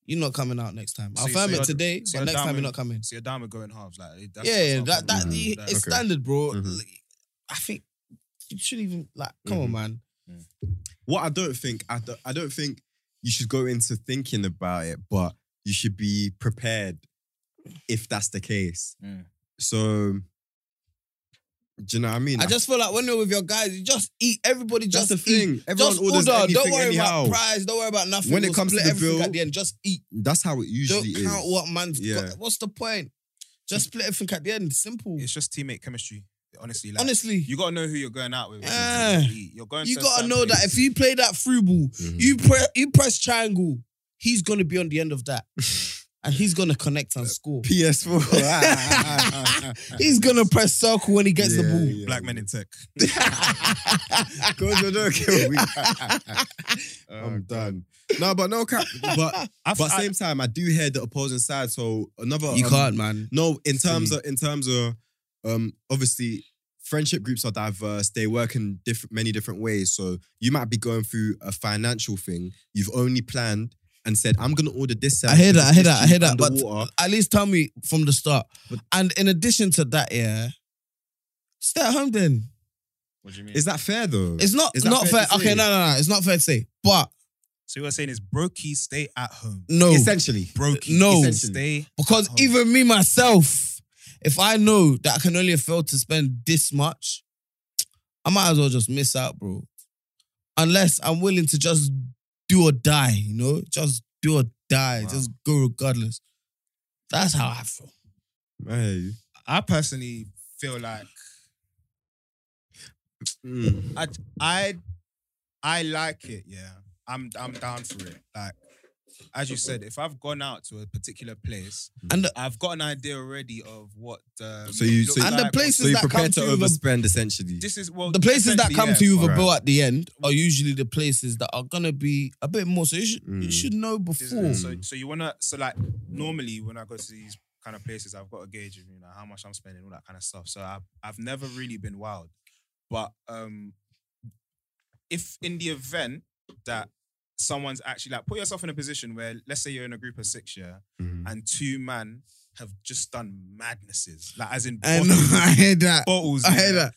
You're not coming out next time.
So
I'll
you-
firm
so
it
you're-
today,
so
but
you're
next time
down
you're
with-
not coming.
So you're down with going halves. Like, that's,
yeah,
that's not
that that
cool.
the-
That's-
it's
Okay.
standard, bro.
Mhm.
Like, I think you should even like come
Mhm.
on, man.
What I don't think, I don't, I don't think you should go into thinking about it, but you should be prepared if that's the case.
Mm.
So, do you know what I mean?
I just feel like when you're with your guys, you just eat. Everybody
that's
just
the
eat.
thing. Everyone
Just
orders
order.
anything
Don't worry
anyhow.
about price. Don't worry about nothing.
When it
We'll
comes to
split
the
everything
bill,
at the end, just eat.
That's how it
Don't
usually
count
is.
what man's
Yeah.
got. What's the point? Just split everything at the end. Simple.
It's just teammate chemistry. Honestly, like,
Honestly, you,
you gotta know who you're going out with.
Ah.
you're going. to a
gotta
certain
know that
place.
if you play that through ball,
Mhm.
you pre- you press triangle, he's gonna be on the end of that, and he's gonna connect and score.
Ah,
PS4.
He's gonna press circle when he gets the
Yeah,
ball.
yeah.
black men in tech.
Go to the kill me.
Um,
I'm
Um,
done. No, but no cap. But
I,
but same time, I do hear the opposing side. So another
You
um,
can't, man.
No, in terms
Silly.
of in terms of um obviously friendship groups are diverse. They work in different many different ways. So you might be going through a financial thing. You've only planned and said, "I'm gonna order this."
I hear
salad
that, I
because
hear
it's
that, I
cheap
hear that, but-
underwater."
At least tell me from the start.
But-
and in addition to that, yeah, stay at home then.
what do you mean?
is that fair though?
It's not
Is that
not
fair
fair.
to say?
Okay, no, no, no. It's not fair to say, but
so you're saying is brokey stay at home.
no,
essentially
Brokey
No.
stay.
because
at home.
even me myself, if I know that I can only afford to spend this much, I might as well just miss out, bro. Unless I'm willing to just do or die, you know, just do or die,
Wow.
just go regardless. That's how I feel.
Hey.
I personally feel like
Mm.
I I I like it. Yeah, I'm I'm down for it. Like as you said, if I've gone out to a particular place
And the-
I've got an idea already of what the
Mm. So you-
looks
so you-
And the
like,
places
So you're
that come
prepared to
to you with a-
overspend essentially.
This is well
The places that
essentially,
come
yeah.
to you with a
alright.
bill at the end are usually the places that are gonna be a bit more. So you should you
Mm.
should know
Isn't
before.
it? So, so you wanna so like normally when I go to these kind of places, I've got a gauge of you know how much I'm spending, all that kind of stuff. So I've I've never really been wild, but um, if in the event that someone's actually like put yourself in a position where let's say you're in a group of six, yeah,
Mm.
and two man have just done madnesses, like as in
I
bottles,
know, I hear that.
bottles
I hear
yeah,
that.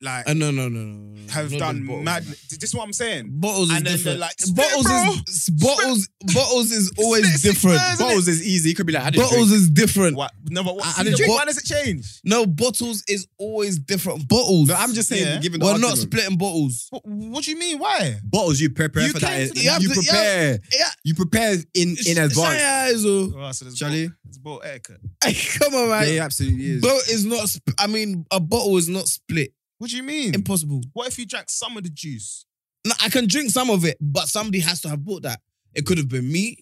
like
Uh, no, no, no, no. no.
have
Not the
done
bottles,
mad.
man.
This is what I'm saying.
Bottles
And then
is
they're
different.
like, "Spit,
bottles
bro.
is bottles. Bottles is always different.
Bottles is easy. It could be like I didn't
Bottles is different.
What? No, but what?
I- I
see,
didn't
drink,
bo-
why does it change?
No, bottles is always different. Bottles.
drink. No, I'm just saying,
Yeah.
given the
We're not
argument.
splitting bottles.
What, what do you mean? Why?
bottles. You prepare
You
for
came
that.
to the- you have
you
to- you have-
prepare.
yeah.
You prepare in in advance.
advance.
Oh, so there's
Charlie?
boat- there's boat etiquette.
Come on, man.
Yeah, it absolutely is.
Boat is not. Sp- I mean, a bottle is not split.
What do you
Hmm.
mean?
Impossible.
what if you drank some of the juice?
No, I can drink some of it, but somebody has to have bought that. It could have been me.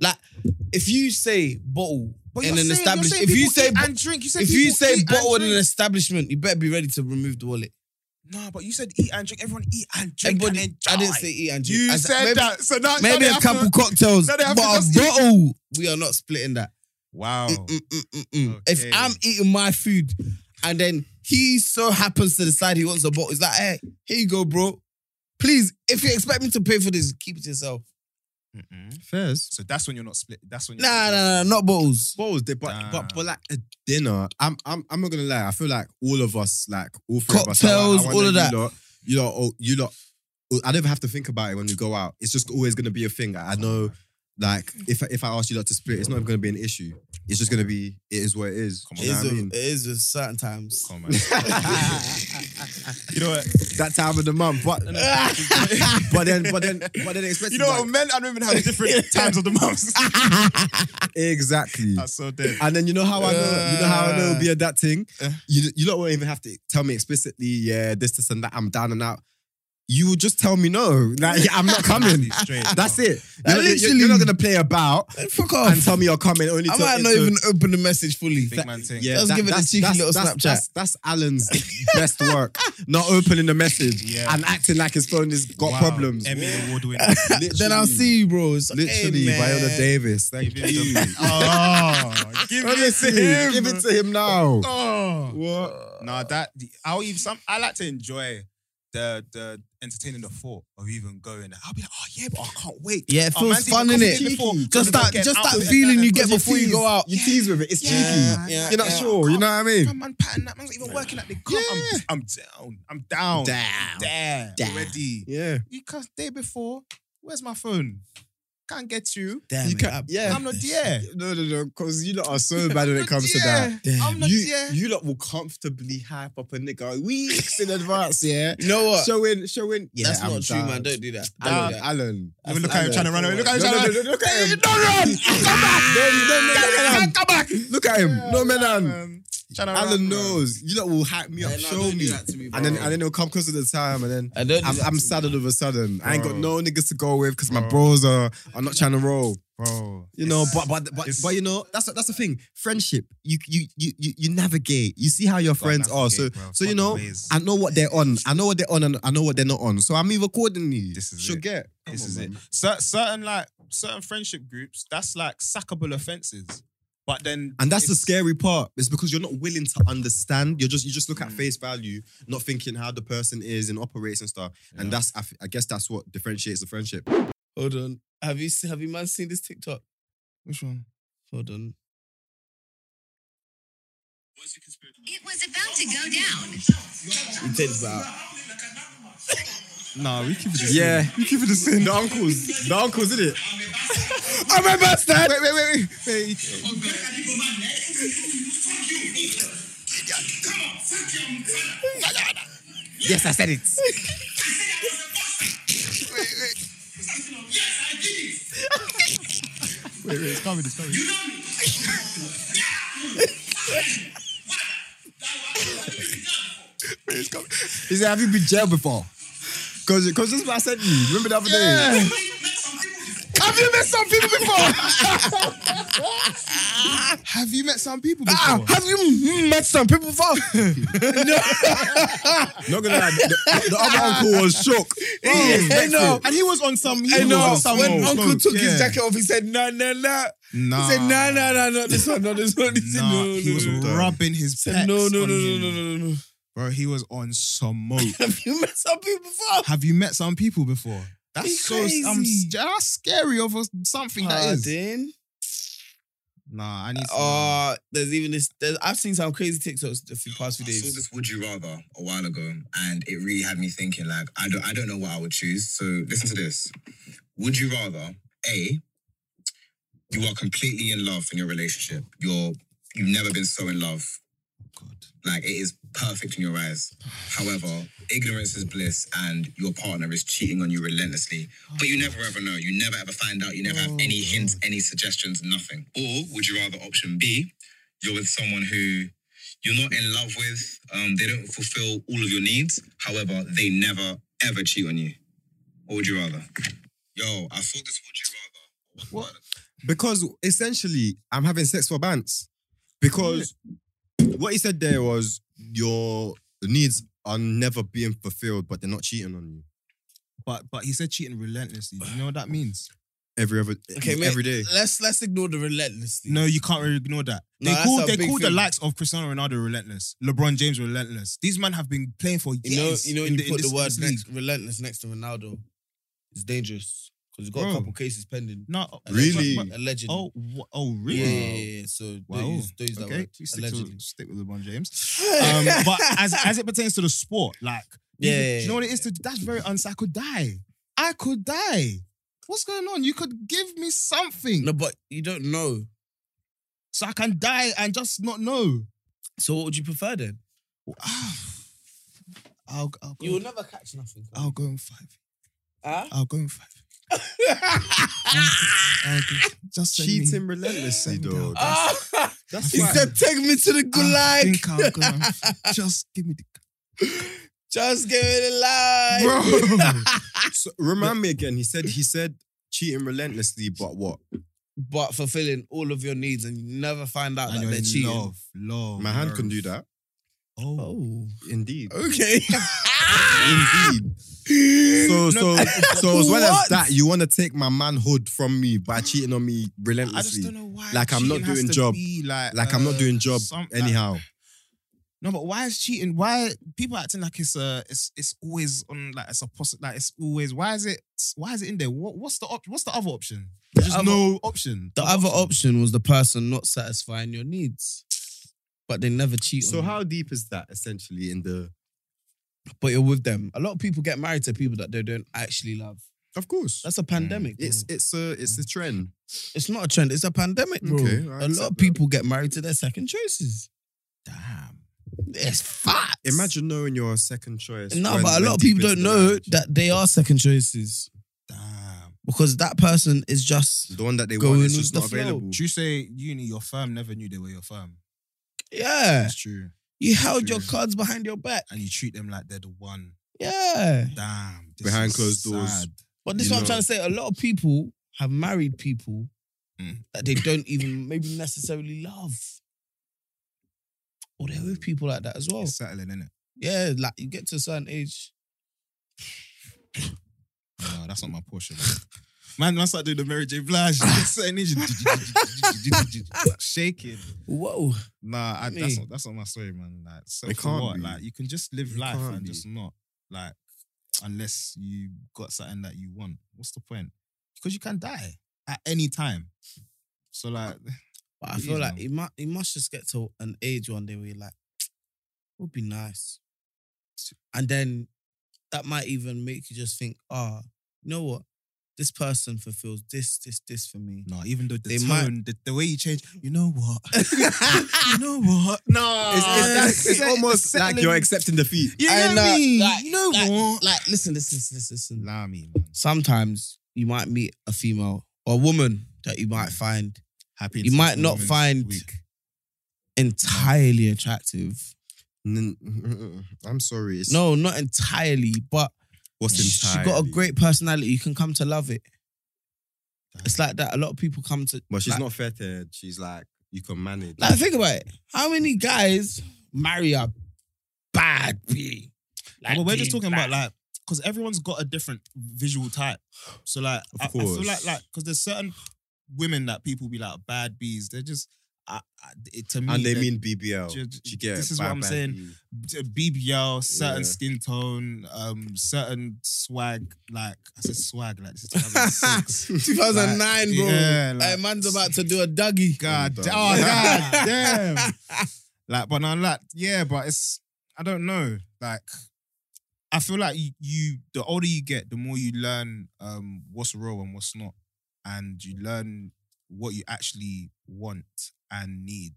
Like, if you say bottle
But
in
you're
an
saying- you're
establishment,
saying
if you
people
say
eat
bo-
and drink, you said
if you
people eat
say
and
bottle in an
drink.
establishment, you better be ready to remove the wallet.
no, but you said eat and drink. Everyone eat and drink.
Everybody,
and
I didn't
enjoy.
say eat and drink.
You
I
said
maybe,
that. So now, now
Maybe
they
a
have to-
couple cocktails,
now
but
they
a
have to just eat.
bottle, we are not splitting that.
wow.
Mm, mm, mm, mm. If
Okay.
I'm eating my food and then he so happens to decide he wants a bottle, he's like, hey, here you go, bro. Please, if you expect me to pay for this, keep it to yourself.
Fairs.
So that's when you're not split. That's when. You're
Nah, nah, nah, not bottles.
Balls, they, but,
Nah.
but but like a dinner, I'm I'm I'm not gonna lie. I feel like all of us, like all three
Cocktails,
of us, like, I- I
all
wonder
of that.
You lot, you lot, oh, you lot. I don't even have to think about it when we go out. It's just always gonna be a thing. I know, like if if I ask you lot to split, it's not even gonna be an issue. It's just gonna be it is what it is.
Come
Do
on,
you know
it's
what I
a-
mean?
it is a certain times.
Come on, man. you know what?
that time of the month, but but then but then but then expect
You know what? Men and women have different times of the month.
exactly.
That's so dead.
And then you know how I know, you know how I know it'll be adapting.
Uh.
You you don't even have to tell me explicitly, yeah, this, this, and that. I'm down and out. You will just tell me no, like I'm not coming.
Straight.
That's
No.
it. You're, not- you're-
literally-
you're not gonna play about
Fuck
and
off.
tell me you're coming. Only
I
till
might not
into-
even open the message fully.
Big man thing.
Yeah,
Let's give it a
that's-
cheeky
that's-
little
that's-
Snapchat.
That's, that's Alan's best work. Not opening the message
Yeah.
and acting like his phone has got
Wow.
problems.
Emmy award winner.
Then I'll see you, bro. It's like, hey,
Literally,
man.
Viola Davis. Thank
Give it
you.
to me. Oh, give it to
Honestly,
him.
give it to him now.
Oh. What? Nah, that I'll even some. I like to enjoy the the entertaining the thought of even going. I'll be like, oh yeah, but I can't wait.
Yeah, it
Oh,
feels
man's even
fun,
come
innit?
in before,
Just
gonna
that,
get
just
out
that
of it.
feeling you get
Because
before you
tease.
go out.
You tease with it. It's
Yeah,
cheeky.
yeah,
You're not
yeah.
sure. You know what I mean?
Come on, pattern that man's even working at the club. I'm, I'm down. I'm down.
Down.
There.
Down.
Already.
Yeah.
You can't day before. Where's my phone? Can't get you.
Damn
You
it.
can't- yeah.
I'm not there.
No, no, no. Because you lot are so bad when it comes to that.
I'm not
you,
there.
you lot will comfortably hype up a nigga weeks in advance, yeah?
You know what?
Showing, showing. Yeah,
That's
I'm
not true,
down.
man. Don't do that. Don't
Alan,
do that.
Alan.
Even look at him trying to run away. Look at
No,
him
no,
trying
no,
to
no, look at him.
Don't run! Come back!
No, no, no, no, no, no, no, no.
Come back!
Look at him. No, man.
Trying to
Alan knows. You lot will hype me up.
Yeah, no,
Show
don't do
me.
that to me,
And then,
bro.
and then it'll come close to the time, and then
I don't do
I'm,
that
I'm
to me.
sad all of a sudden. I ain't got no
Bro.
niggas to go with because my
Bro.
bros are, are not trying to roll.
Bro.
You know, but but but,
it's-
but you know that's that's the thing. Friendship, you you you you, you navigate. You see how your friends are. So
navigate, bro.
so you
Fuck
know,
the ways.
I know what they're on. I know what they're on, and I know what they're not on. So I move accordingly.
This is
Should
it.
get.
This is it. Cer- certain like certain friendship groups, that's like sackable offenses. But then
And that's the
it's-
scary part. It's because you're not willing to understand. You're just you just look
Mm.
at face value, not thinking how the person is and operates and stuff. And that's I, f- I guess that's what differentiates the friendship.
Hold on. Have you se- have you man seen this TikTok?
Which one?
Hold on.
It was about to go down.
You take this out.
Nah, we keep it the
Yeah, you keep it the same. The uncles, the uncles, is it? I remember that. Wait, wait, wait, wait, wait. Yes, I said it.
Wait, wait, it's coming, it's coming.
He said, "Have you been jailed before?" Cause, cause this is what I said to you. Remember the other day?
Have you met some people before? Have you met some people
Ah,
before?
have you met some people before? Not gonna lie, the, the other uncle was shook.
Hey, no.
And he was on some. He
Hey,
was
no.
on some
When
mode.
Uncle took his
Yeah.
jacket off, he said, no, no, no.
nah.
He said, no, no, no, not this one, not this one. He said,
Nah,
no,
he
no,
was
no, no.
rubbing his
He
pecs
said, no, no, no,
on
no,
him.
no, no, no, no.
Bro, he was on some mode.
Have you met some people before?
Have you met some people before? That's
He's
so. I'm,
crazy. Ah,
that's scary of us- something that is.
Pardon?
Nah, I need. to-
Uh, there's even this. There's, I've seen some crazy TikToks the few past few
I saw
days.
this Would You Rather a while ago, and it really had me thinking. Like, I don't, I don't know what I would choose. So listen to this: Would you rather a you are completely in love in your relationship? You're you've never been so in love. Like it is perfect in your eyes. However, ignorance is bliss, and your partner is cheating on you relentlessly. But you never ever know. You never ever find out. You never have any hints, any suggestions, nothing. Or would you rather option B? You're with someone who you're not in love with. Um, they don't fulfill all of your needs. However, they never ever cheat on you. What would you rather? Yo, I thought this would you rather.
What? Because essentially, I'm having sex for bands. Because what he said there was your needs are never being fulfilled, but they're not cheating on you
but but he said cheating relentlessly. Do you know what that means?
every every
Okay, mate,
every day.
Let's let's ignore the relentlessly.
No, you can't really ignore that.
No,
They
that's
call
a
they
big
call the
thing.
likes of Cristiano Ronaldo relentless, LeBron James relentless. These men have been playing for
You know,
years.
you know, when
in
you
the- in
put
this-
the word
this league.
next, relentless next to Ronaldo, it's dangerous because because we've got a
Bro.
couple cases pending.
No, uh,
Really?
Allegedly.
Oh, wh- oh, really?
Yeah, yeah, yeah, yeah. So
Wow.
those, those that
Okay,
were
we stick,
allegedly.
to, stick with LeBron James. Um, but as as it pertains to the sport, like, you-
Yeah.
do you know what it is? To, that's very uns. I could die. I could die. What's going on? You could give me something
No, but you don't know.
so I can die and just not know.
So what would you prefer then?
I'll, I'll, go, Ah,
You will never catch nothing.
I'll go in five.
Huh?
I'll go in five. I'll go- just send me-
Cheating relentlessly, though. That's
he
why-
said, "Take me to the
I
gulag.
think I'll go in five. Just give me the
Just give me the line."
Bro. So, remind me again. He said he said cheating relentlessly, but what?
But fulfilling all of your needs, and you never find out that
you're
they're
in
cheating.
Love, love.
My hand can
love.
do that.
Oh,
Indeed.
okay.
Indeed. So so so as well
What?
as that, you want to take my manhood from me by cheating on me relentlessly.
I just don't know why.
Like I'm not
cheating has
doing
to
job.
be Like,
Like I'm not
uh,
doing job
some- like-
anyhow.
no, but why is cheating? Why people acting like it's uh it's it's always on like it's a possi- like it's always why is it why is it in there? What what's the op- what's the other option? There's just
other-
no option.
the other option was the person not satisfying your needs, but they never cheat.
So
on you.
how deep is that essentially in the?
But you're with them. A lot of people get married to people that they don't actually love.
Of course,
That's a pandemic. bro.
it's it's a it's a trend.
It's not a trend. It's a pandemic, bro.
Okay, I
a lot
accept
of
that.
people get married to their second choices. Damn, it's facts.
Imagine knowing your second choice.
No,
when-
but a
when
lot of
deep
people don't
into the
know
marriage.
that they are second choices
Damn.
because that person is just
the one that they
Going
want is
with
just
the
not
flow.
available.
Should you say uni? Your firm never knew they were your firm.
yeah.
That's true.
You held
True.
your cards behind your back.
And you treat them like they're the one.
Yeah.
Damn. this
Behind
is
closed doors.
sad.
But this
You
is what I'm
know.
trying to say. A lot of people have married people
Mm.
that they don't even maybe necessarily love. Or they're with people like that as well.
It's settling, innit?
Yeah, like you get to a certain age.
No, Oh, that's not my portion. Man, man started doing the Mary J. Blige. Certain age- Shaking.
Whoa.
Nah, I,
Me.
that's not that's not my story, man. Like, so
It
for
can't
what?
be.
Like, you can just live
It
life
can't
and
be.
just not like, unless you got something that you want. What's the point? Because you can die at any time. So like,
But I
It
feel
is,
like
man.
it must, it must just get to an age one day where you're like, it would be nice. And then that might even make you just think, ah, you know what? This person fulfills this, this, this for me.
no, even though the
They might-
tone, the, the way you change, you know what? you know what?
Ah.
No,
It's,
Uh,
it's, it's almost like you're accepting defeat.
You
I
know
know,
me.
like-
you know
like-
what?
Like, listen, listen, listen, listen. listen.
Allow me, man.
Sometimes you might meet a female or a woman that you might find
Happy.
you might not
Women's
find
Week.
entirely attractive.
N- n- I'm sorry. It's
No, not entirely, but
what's
she
entirely.
got a great personality. You can come to love it. It's like that. A lot of people come to.
But she's
like,
not fettered. She's like you can manage.
Like, think about it. How many guys marry a bad B?
No, but we're just
they
talking
bad.
about like because everyone's got a different visual type. So like,
Of
I, I feel
course.
like like because there's certain women that people be like bad bees. They're just I, I, it, to me
and they
they're
mean BBL.
ju- ju-
you get
this
it?
is what
Bad,
I'm
bad
saying. b-
B.
BBL, certain
Yeah.
skin tone, um, certain swag. Like I said, swag. Like this is 2006.
2009, bro.
Yeah,
Like,
like-
man's about to do a Dougie.
God,
I'm
da-
done.
oh god, damn. Like, but no, like, yeah, but it's I don't know. Like, I feel like you, you the older you get, the more you learn um what's real and what's not, and you learn what you actually want and need,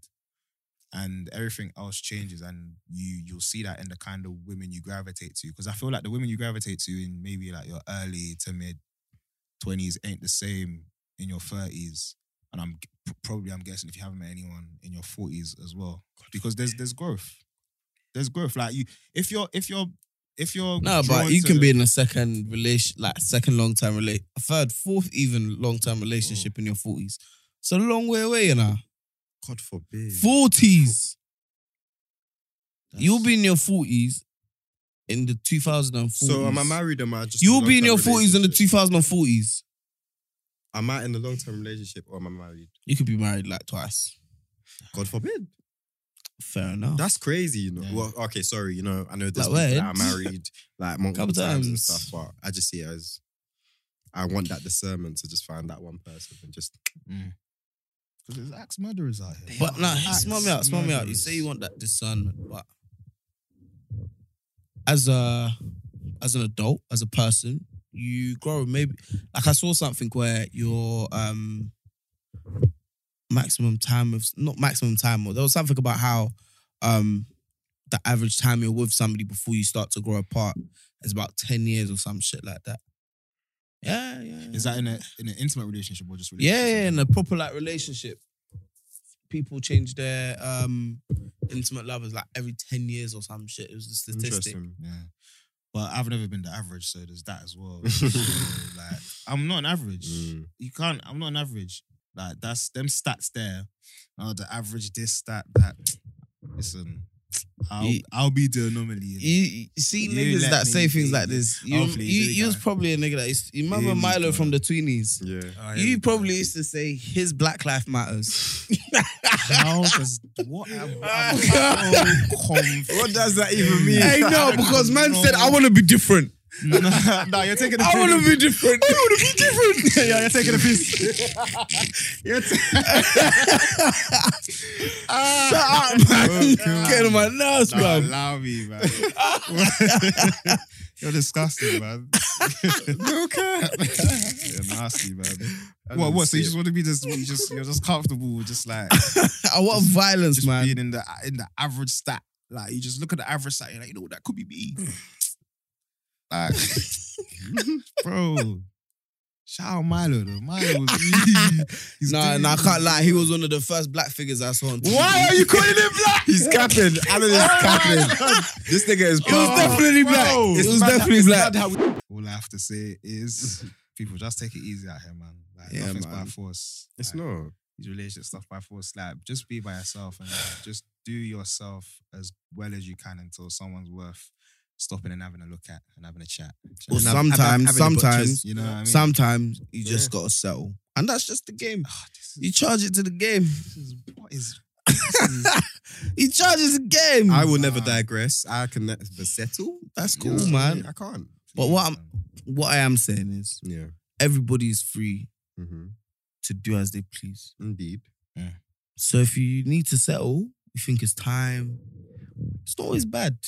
and everything else changes, and you you'll see that in the kind of women you gravitate to. Because I feel like the women you gravitate to in maybe like your early to mid twenties ain't the same in your thirties and I'm p- probably I'm guessing if you haven't met anyone in your forties as well, because there's there's growth, there's growth. Like you, if you're if you're if you're
No,
drawn
but you
to
can
the-
be in a second relation, like second long term relate, third, fourth, even long term relationship in your forties. It's a long way away, you know.
God forbid.
Forties.
That's-
You'll be in your forties in the 2040s.
So am I married? Am I just?
You'll be in your forties
forties
in the 2040s.
Am I in a long term relationship or am I married?
You could be married like twice.
God forbid.
Fair enough.
That's crazy, you know.
Yeah.
Well, okay, sorry, you know. I know this
Oh. Like,
like, that
what?
I'm married like multiple
Couple
times and
times.
stuff, but I just see it as I want that discernment to just find that one person and just
Because there's axe murderers out here.
But no,
Axe
smell me out, smell me out. You
murderers.
say you want that discernment, but as a as an adult, as a person, you grow. Maybe like I saw something where your um maximum time of not maximum time, or there was something about how um the average time you're with somebody before you start to grow apart is about ten years or some shit like that. Yeah, yeah. yeah.
Is that in a in an intimate relationship or just
Yeah,
relationship?
yeah, in a proper like relationship, people change their um intimate lovers like every ten years or some shit. It was a statistic.
interesting.
Yeah. But I've never been the average, so there's that as well. So, like I'm not an average.
Mm.
You can't. I'm not an average. Like that's them stats there. Oh, the average this, that, that. Listen, I'll
Ye-
I'll be the anomaly.
You, you see
You
niggas
let
that
me
say things
be.
like this. You,
Oh, please,
you,
here we
you was
go.
probably a nigga that used you remember
Here we
Milo
go.
from the Tweenies.
Yeah.
You probably used to say his black life matters.
How does what? am- I'm so confused.
What does that even mean?
hey, no, because man said I want to be different.
no, no, you're taking the
I want
piss.
to be different. I want to be different.
Yeah, you're taking the piss. You're ta-
Shut up, man.
Okay.
Get on my nerves,
Nah,
bro.
allow me, man. You're disgusting, man. no cap. You're nasty, man. What? What? So you just want to be just you just you're just comfortable, with just like
I want violence,
just
man.
being in the in the average stat. Like you just look at the average stat, you're like, you know what, that could be me. like, bro. Shout out Milo though. Milo was He's
No,
doing-
no, I can't lie. He was one of the first black figures I saw. On TV.
Why are you calling him black? He's capping. Alan is
Oh
capping. This nigga is
It was definitely black. It
It's
was
mad that-
definitely
it's
black.
mad how we-
All I have to say is people just take it easy out here, man. Like
Yeah,
nothing's by
man.
force.
It's
Like,
not.
these relationship stuff by force. Like just be by yourself and just do yourself as well as you can until someone's worth stopping and having a look at and having a chat.
Well,
And
sometimes-
having- having the
sometimes-
butchers, you know what I mean?
Sometimes you just gotta settle, and that's just the game.
Ah, this
You
is,
charge it to the game.
this is what is
You charge it to the game.
I will never digress. I can never settle.
that's
You know
cool,
what I mean?
man.
I can't.
But what I'm, what I am saying is,
Yeah.
everybody's free
Mm-hmm.
to do as they please.
Indeed.
So if you need to settle, you think it's time. It's not always bad.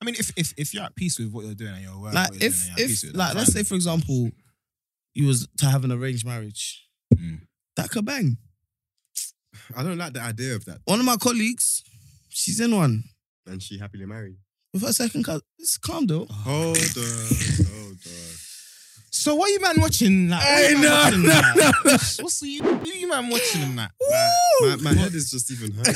I mean, if if if you're at peace with what you're doing and you're aware, of
Like
what you're
if
doing and you're at peace
if
with
like
that,
let's
fine.
say for example, you was to have an arranged marriage,
Mm.
that could bang.
I don't like the idea of that.
One of my colleagues, she's in one
And she happily married.
with her second cousin. It's calm though.
Hold on. Hold on.
so what you man watching? Like, what
Hey,
you man
no,
watching
no,
like?
no,
What's the what you man watching in that?
My, my head is just even hurting.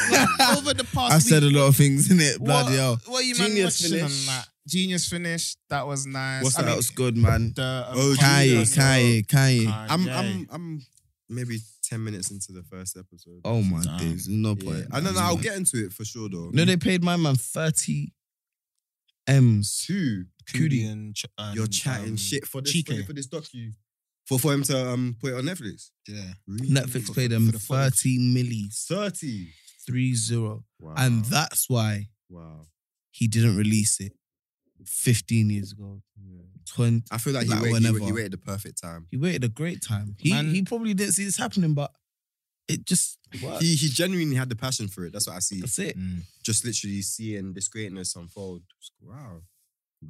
Over the past
I
week,
said a lot of things in it, bloody
what,
hell.
What you man
Genius
watching
finish.
on that? Genius finish. That was nice.
What's
I
that?
mean,
That was good, man.
The, um,
Oh,
Kanye,
Genius.
Kanye, Kanye.
Kanye.
I'm, I'm, I'm maybe 10 minutes into the first episode.
Oh my
Damn.
days, no
Yeah.
point.
I don't know. I'll get into it for sure, though.
No, they paid my man thirty m's.
Two.
Cootie.
and ch- and,
You're chatting
um,
shit for this, for,
Chike.
for this docu. For, for him to um, put it on Netflix.
Yeah.
Netflix paid them
for the footage.
thirty millis,
30.
three zero,
Wow.
and that's why
Wow.
he didn't release it fifteen years ago,
Yeah.
twenty.
I feel like he,
Like,
waited, he,
whenever.
wa- he waited the perfect time.
He waited a great time. He
Man-
he probably didn't see this happening, but it just worked.
He, he genuinely had the passion for it. That's what I see.
That's it.
Mm.
Just literally seeing this greatness unfold. Just, wow.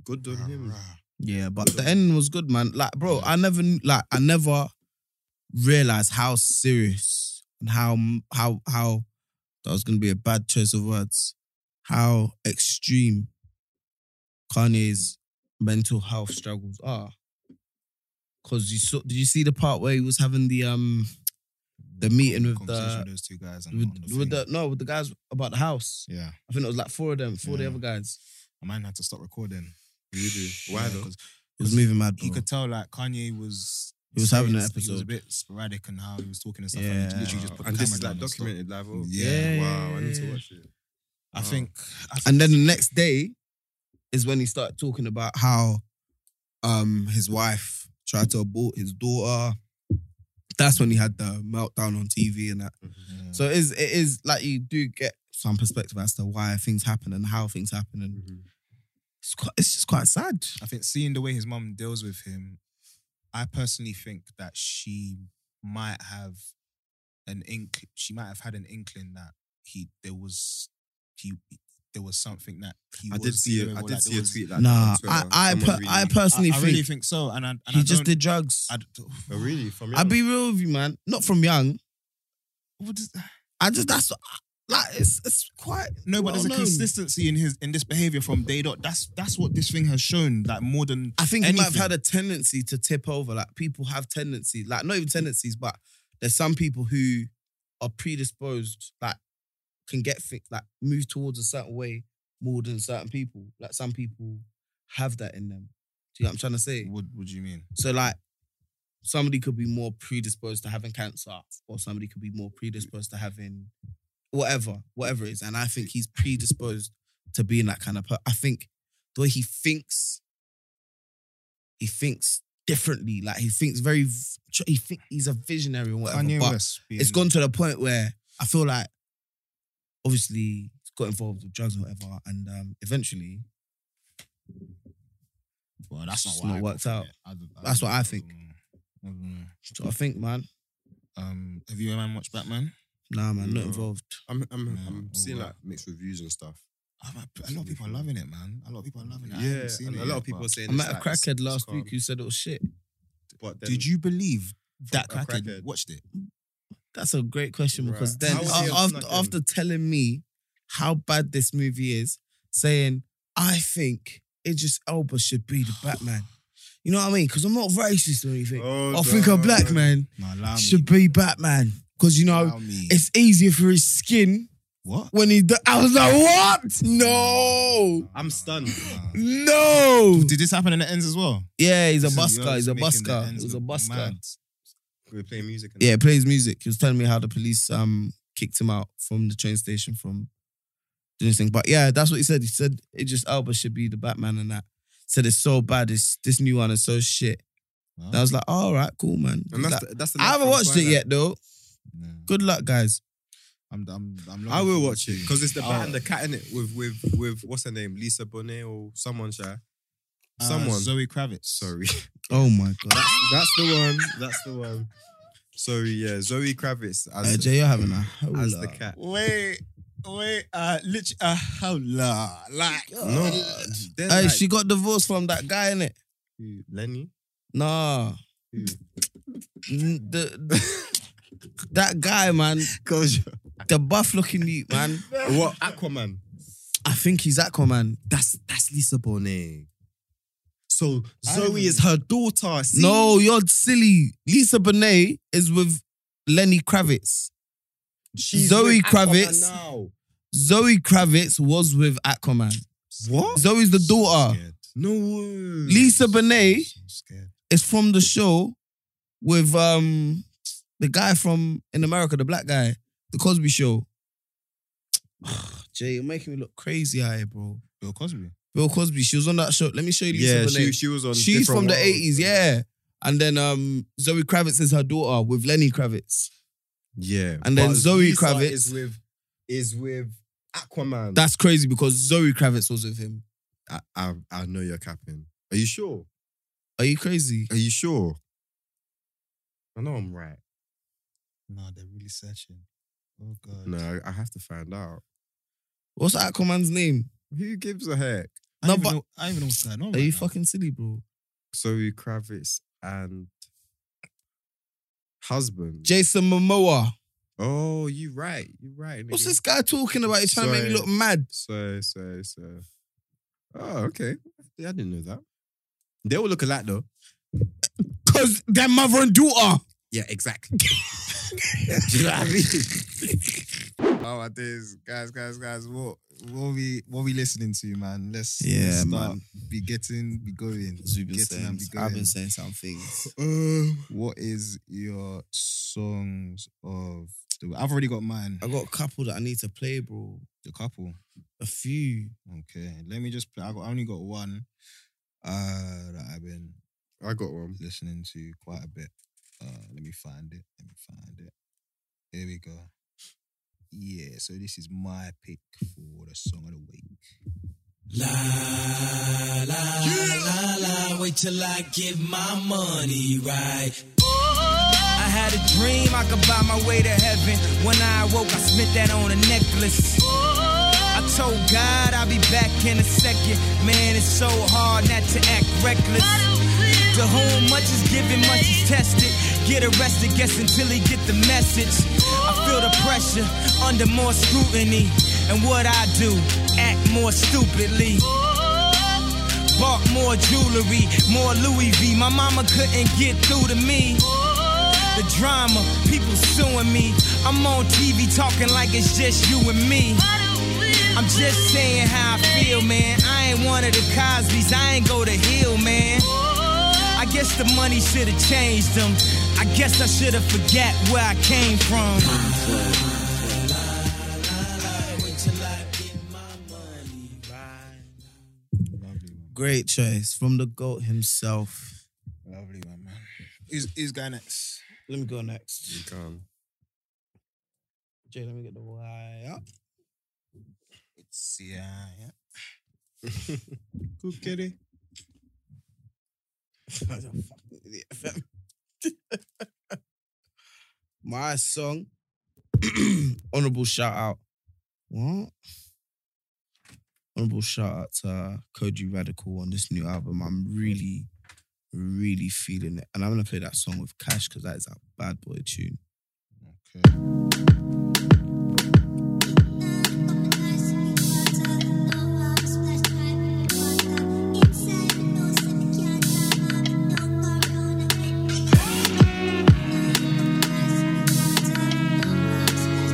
Good on him.
Yeah, but the ending was good, man. Like, bro, I never kn- like I never realized how serious and how m- how how that was gonna be a bad choice of words. How extreme Kanye's mental health struggles are. Cause you saw, did you see the part where he was having the um The meeting with
Conversation
the-
with those two guys and
with,
on
with
thing.
the no with the guys about the house?
yeah,
I think it was like four of them, four
Yeah.
of the other guys.
I might have to stop recording.
Really? Why
Yeah,
though?
'cause
It was moving mad. Bro.
He could tell like Kanye was.
He was having an
He was a
episode.
bit sporadic and how he was talking and stuff.
Yeah.
And he literally just put
and
the
this
camera
is like
down and stopped.
documented live. Oh,
Yeah,
Wow. I need
yeah,
to
yeah.
watch it.
I think. I think
And then the next day is when he started talking about how um his wife tried to abort his daughter. That's when he had the meltdown on TV and that.
yeah.
So it is it is like you do get some perspective as to why things happen and how things happen, and
Mm-hmm.
Mhm.
it's quite, it's just quite sad.
I think seeing the way his mum deals with him I personally think that she might have an ink. She might have had an inkling that he there was he there was something that he
I
was
did see
doing
a, I
or
did
like
see
there
a
was-
tweet like
Nah,
that.
I
on Twitter.
I,
Someone
per,
really-
I personally
I, I
think
really think so, and I, and
he
I
just
don't-
did drugs.
I d-
Oh, really from
I'll
young?
be real with you, man. Not from young.
what is-
I just that's like it's it's quite
no, but there's a
well known.
consistency in his in this behavior from day dot. That's that's what this thing has shown. Like more than
I think he might
Anything.
have had a tendency to tip over. Like people have tendencies, like not even tendencies, but there's some people who are predisposed, like can get fit, like move towards a certain way more than certain people. Like some people have that in them. Do you know what I'm trying to say?
what? What do you mean?
So like somebody could be more predisposed to having cancer, or somebody could be more predisposed to having whatever, whatever it is. And I think he's predisposed to being that kind of person. I think the way he thinks, he thinks differently. Like he thinks very v- he think he's a visionary and whatever.
Kanye
but
West. Being,
it's gone to the point where I feel like obviously he's got involved with drugs and whatever, and um, eventually
Well, that's not,
It's
what
not
I
worked
got
out.
from it. I don't-
That's what
don't-
I think.
don't know.
so I think man,
Um, have you ever watched Batman?
nah man, not
No.
involved.
I'm I'm,
Yeah, oh,
I'm
all
seeing
right.
like mixed reviews and stuff.
A lot of people are loving it, man. A lot of people are loving it. I
Yeah,
haven't seen
and
it
a lot
yet,
of people
but-
are saying
I
it's
met a
like-
crackhead
it's
last
calm.
week who said it was shit.
But then,
Did you believe that
a
crackhead,
crackhead.
watched it?
That's a great question
Right.
because then
How was
a-
he a
after,
snuck in?
after telling me how bad this movie is, saying I think Idris Elba should be the Batman. You know what I mean? Because I'm not racist or anything.
Oh,
I think a
God.
black man
No, allow
should be Batman because you know
Allow me.
it's easier for his skin
what?
when he. Do- I was like, what? No,
I'm stunned.
no.
Did this happen in the ends as well?
Yeah, he's a
So you're
busker. He's a
making the
busker.
ends
He was a
look
busker.
mad.
We're playing music. And
Yeah, it plays music. He was telling me how the police um kicked him out from the train station from doing this thing. But yeah, that's what he said. He said it just Alba should be the Batman and that. Said it's so bad. It's, this new one is so shit. And I was like, all right, cool, man.
And that's
Like,
the, that's the
I
next
haven't
thing,
watched it
Twilight.
yet though.
Yeah.
Good luck, guys.
I'm, I'm, I'm
I
looking
will
forward
watch
to
it because it's the
Oh.
bat and the cat in it with with with what's her name Lisa Bonet or someone shy.
Uh,
Someone.
Zoe Kravitz.
Sorry,
Oh my god.
that's, that's the one. That's the one. Sorry, yeah, Zoe Kravitz as,
Hey, Jay, you're having a
as
howler.
the cat.
Wait, wait. Uh, literally, uh, how la? Like,
No, there's
Hey,
like-
she got divorced from that guy in it.
Who, Lenny.
Nah.
Who?
Mm, The, that guy, man, the buff looking mute, man.
What Aquaman?
I think he's Aquaman.
That's that's Lisa Bonet. So
I
Zoe
haven't-
is her daughter. see?
No, you're silly. Lisa Bonet is with Lenny Kravitz.
She's
Zoe
with Aquaman
Kravitz.
Now.
Zoe Kravitz was with Aquaman.
What?
Zoe's the daughter.
Scared.
No way.
Lisa Bonet
I'm scared.
is from the show with um the guy from in America, the black guy, the Cosby Show. Jay, you're making me look crazy out here, bro.
Bill Cosby.
Bill Cosby, she was on that show. Let me show you Lisa
Yeah,
Bonet.
she, she was on.
She's
different
from the
worlds.
eighties, yeah. And then um Zoe Kravitz is her daughter with Lenny Kravitz.
Yeah.
And then
But
Zoe
Lisa
Kravitz-
is with is with Aquaman.
That's crazy because Zoe Kravitz was with him.
I, I I know you're capping. Are you sure?
Are you crazy?
Are you sure? I know I'm right.
No, they're really searching. Oh god.
No, I, I have to find out.
What's Aquaman's name?
Who gives a heck?
I
No,
don't even
but-
know, I don't even know what's going on.
Are
right
you
now.
fucking silly, bro?
Zoe Kravitz and husband.
Jason Momoa.
oh, you right. You right.
What's
nigga.
this guy talking about? He's trying to make me
Sorry.
look mad.
So so so. Oh, okay. Yeah, I didn't know that. They all look alike though.
Cause their mother and daughter.
Yeah, exactly. Do you know what I mean? oh my days,
guys, guys, guys, what what we what we listening to, man? Let's
Yeah,
let's start.
man.
Be getting, be going. getting and be going.
saying some things. Uh,
What is your songs of? the week? I've already got mine.
I got a couple that I need to play, bro.
The couple.
A few.
Okay, let me just play. I, got, I only got one. Uh, that I've been
I got one.
listening to quite a bit. Uh, let me find it. Let me find it. Here we go. Yeah, so this is my pick for the song of the week.
La la la, where
wait till I get my money right. I had a dream I could buy my way to heaven. When I awoke, I spent that on a necklace. I told God I'll be back in a second. Man, it's so hard not to act reckless. To whom much is given, much is tested. Get arrested, guess until he get the message. I feel the pressure under more scrutiny. And what I do, act more stupidly.
Oh.
Bought more jewelry, more Louis V. My mama couldn't get through to me. The drama, people suing me. I'm on TV talking like it's just you and me. I'm just saying how I feel, man. I ain't one of the Cosby's, I ain't go to Hill, man. I guess the money should have changed them. I guess I should have forgot where I came from.
Great choice from the goat himself.
Lovely one, man. Who's, who's going next?
Let me go next.
Um,
Jay, let me get the wire.
It's yeah, yeah. Kukere.
My song, honorable shout out. What? Honorable shout out to Koji Radical on this new album. I'm really, really feeling it. And I'm going to play that song with Cash because that is a bad boy tune.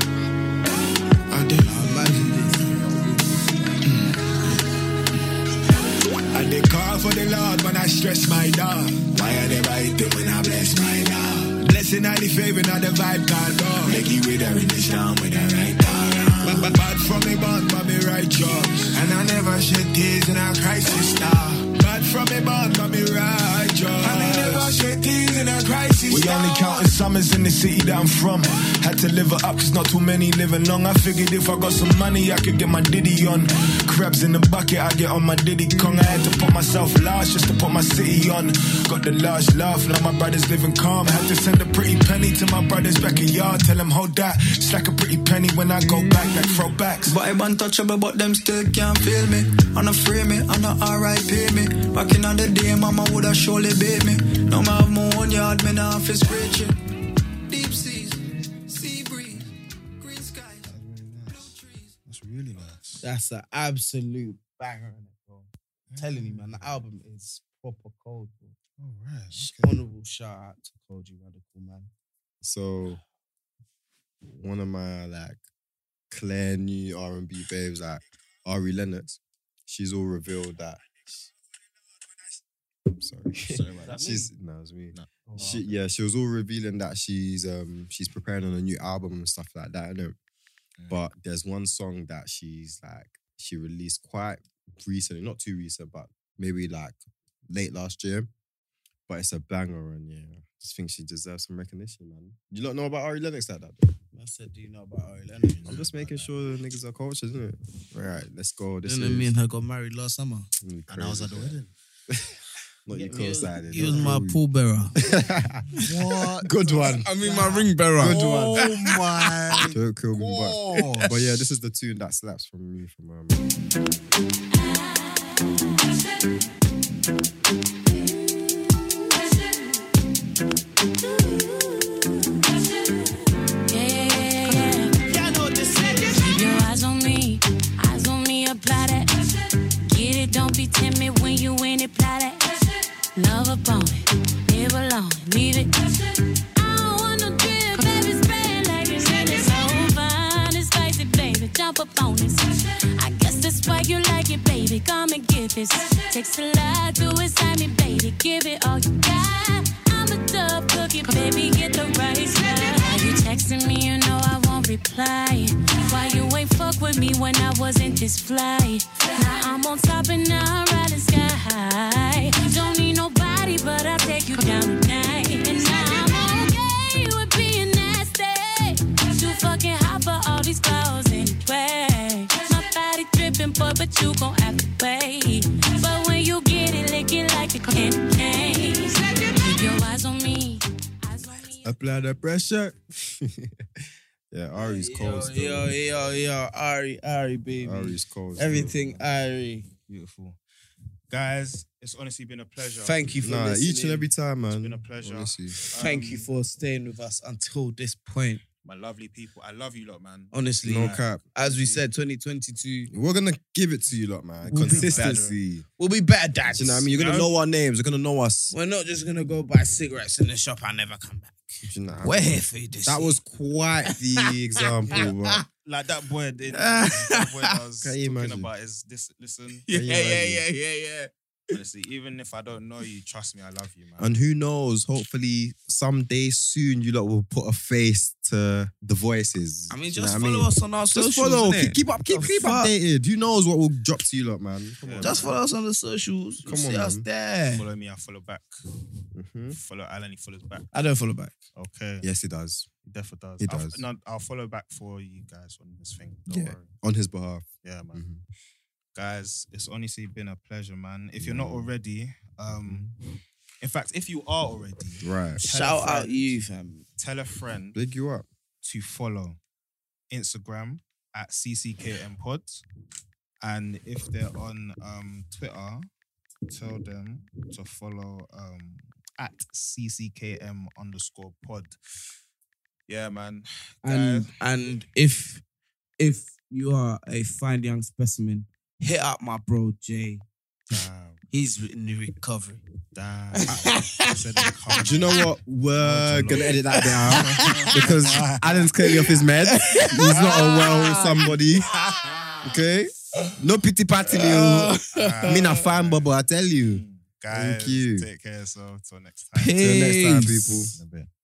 I did.
Mm. And they call for the Lord when I stress my dog. Why are they biting when I bless my dog? Blessing all the favor, not the vibe can't go. Make it with her in this town with the right dog. But, but, but from me born, but me righteous. And I never shed tears in a crisis star. But from me born, but me righteous. And I never shed tears in a crisis We only counting summers in the city that I'm from. Had to live it up, cause not too many living long. I figured if I got some money, I could get my Diddy on. Crabs in the bucket, I get on my Diddy Kong. I had to put myself large just to put my city on. Got the large laugh, now my brother's living calm. Had to send a pretty penny to my brother's backyard. Tell him, hold that. Slack a pretty penny when I go back, like throwbacks.
But I'm untouchable, but them still can't feel me. And I frame me, and I alright pay me. Back in on the day, mama woulda surely beat me. Now I have my own yard, me now office preaching. Deep seas, sea breeze, green skies, blue trees.
That's really nice.
That's an absolute banger in it, bro. I'm telling you, man, the
Mm.
album is proper cold, bro.
All right.
Sh-
Okay.
Honorable shout out to Koji Radical, man.
So one of my like clear new R and B babes, like Ari Lennox, she's all revealed that. Sorry,
Sorry about that.
she's no, it's me.
No.
She, yeah, she was all revealing that she's um she's preparing on a new album and stuff like that. I know,
Yeah.
but there's one song that she's like she released quite recently, not too recent, but maybe like late last year. But it's a banger, and yeah, I just think she deserves some recognition, man. You don't know about Ari Lennox like that. Though.
I said, do you know about Ari Lennox?
I'm just making sure the niggas are cultured, isn't it? All right, let's go. This
This
is
me and her got married last summer.
and I was at the wedding. Not you co-sided.
He was my pool bearer.
what? Good one.
I mean, my ring bearer.
Good one.
Oh my
Don't kill me, but
god.
But yeah, this is the tune that slaps from me from um,
Your eyes on me, eyes on me, apply that. Get it, don't be timid when you in it, apply that. Love upon it, live alone, leave it. I don't want no drip, baby, spray it like it's in it's over. This spicy, baby, jump up on it. I guess that's why you like it, baby, come and get this. Takes a lot to excite me, baby, give it all you got. I'm a tough cookie, baby, get the right side. Now you texting me, you know I won't reply. Why you ain't fuck with me when I wasn't this fly? Now I'm on top and now I'm riding sky high. Don't need nobody, but I'll take you down tonight. And now I'm okay with being nasty. Too fucking hot for all these clothes anyway. My body dripping, boy, but you gon' have to pay. But when you get it, lick it like a can't change. Keep your eyes on me. Eyes on me.
Apply the pressure. yeah, Ari's cold
Yo,
still.
yo, yo, Ari, Ari, baby.
Ari's cold. still.
Everything, Ari.
Beautiful. Guys, it's honestly been a pleasure.
Thank you for
Nah,
listening.
each and every time, man.
It's been a pleasure.
Honestly.
Thank
Um,
you for staying with us until this point.
my lovely people. I love you lot, man.
Honestly,
No cap.
as we said, 2022
We're gonna give it to you lot, man.
We'll be
Consistency.
will be better, Dad.
Do you know what I mean? You're gonna
No.
know our names. You're gonna know us.
We're not just gonna go buy cigarettes in the shop and never come back.
Do you know what I
We're
mean?
here for you this.
That
year.
was quite the example, bro.
Like that boy, did, that boy I was
Can
talking
you imagine?
about is this. Listen,
yeah, yeah, yeah,
imagine?
yeah, yeah, yeah.
honestly, even if I don't know you, trust me, I love you, man.
And who knows? Hopefully, someday soon, you lot will put a face to the voices.
I mean,
Do you know
just
what
follow us on our
Just
socials.
follow.
innit?
Keep, keep up. Keep
The
keep
fuck?
updated. Who knows what will drop to you lot, man? Come on.
Just follow us on the socials. Come
Come
see
on,
us
man.
there.
Follow me, I follow back.
Mhm.
Follow Alan, he follows back.
I don't follow back.
Okay,
Yes, he does.
he definitely does.
He
I'll,
does.
No, I'll follow back for you guys on this thing. Don't
Yeah.
worry.
On his behalf.
Yeah, man.
Mhm.
guys it's honestly been a pleasure man if you're not already um
Mm-hmm.
in fact if you are already tell a
Right.
Shout
friend-
out you, fam.
tell a friend
Big you up.
to follow instagram at cckm pod and if they're on um twitter tell them to follow um at cckm underscore pod yeah man
And
Guys.
and if if you are a fine young specimen, hit up my bro Jay.
damn
He's in the recovery.
damn I said it, come
Do you know what? We're
Lord.
gonna edit that down because Alan's clearly off his meds. He's not a well somebody. Okay. No pity party, oh. you.
on.
Me na fine, but I tell you.
Guys,
Thank you.
take care of yourself. Till next time.
Till next time,
Peace.
people.
In a bit.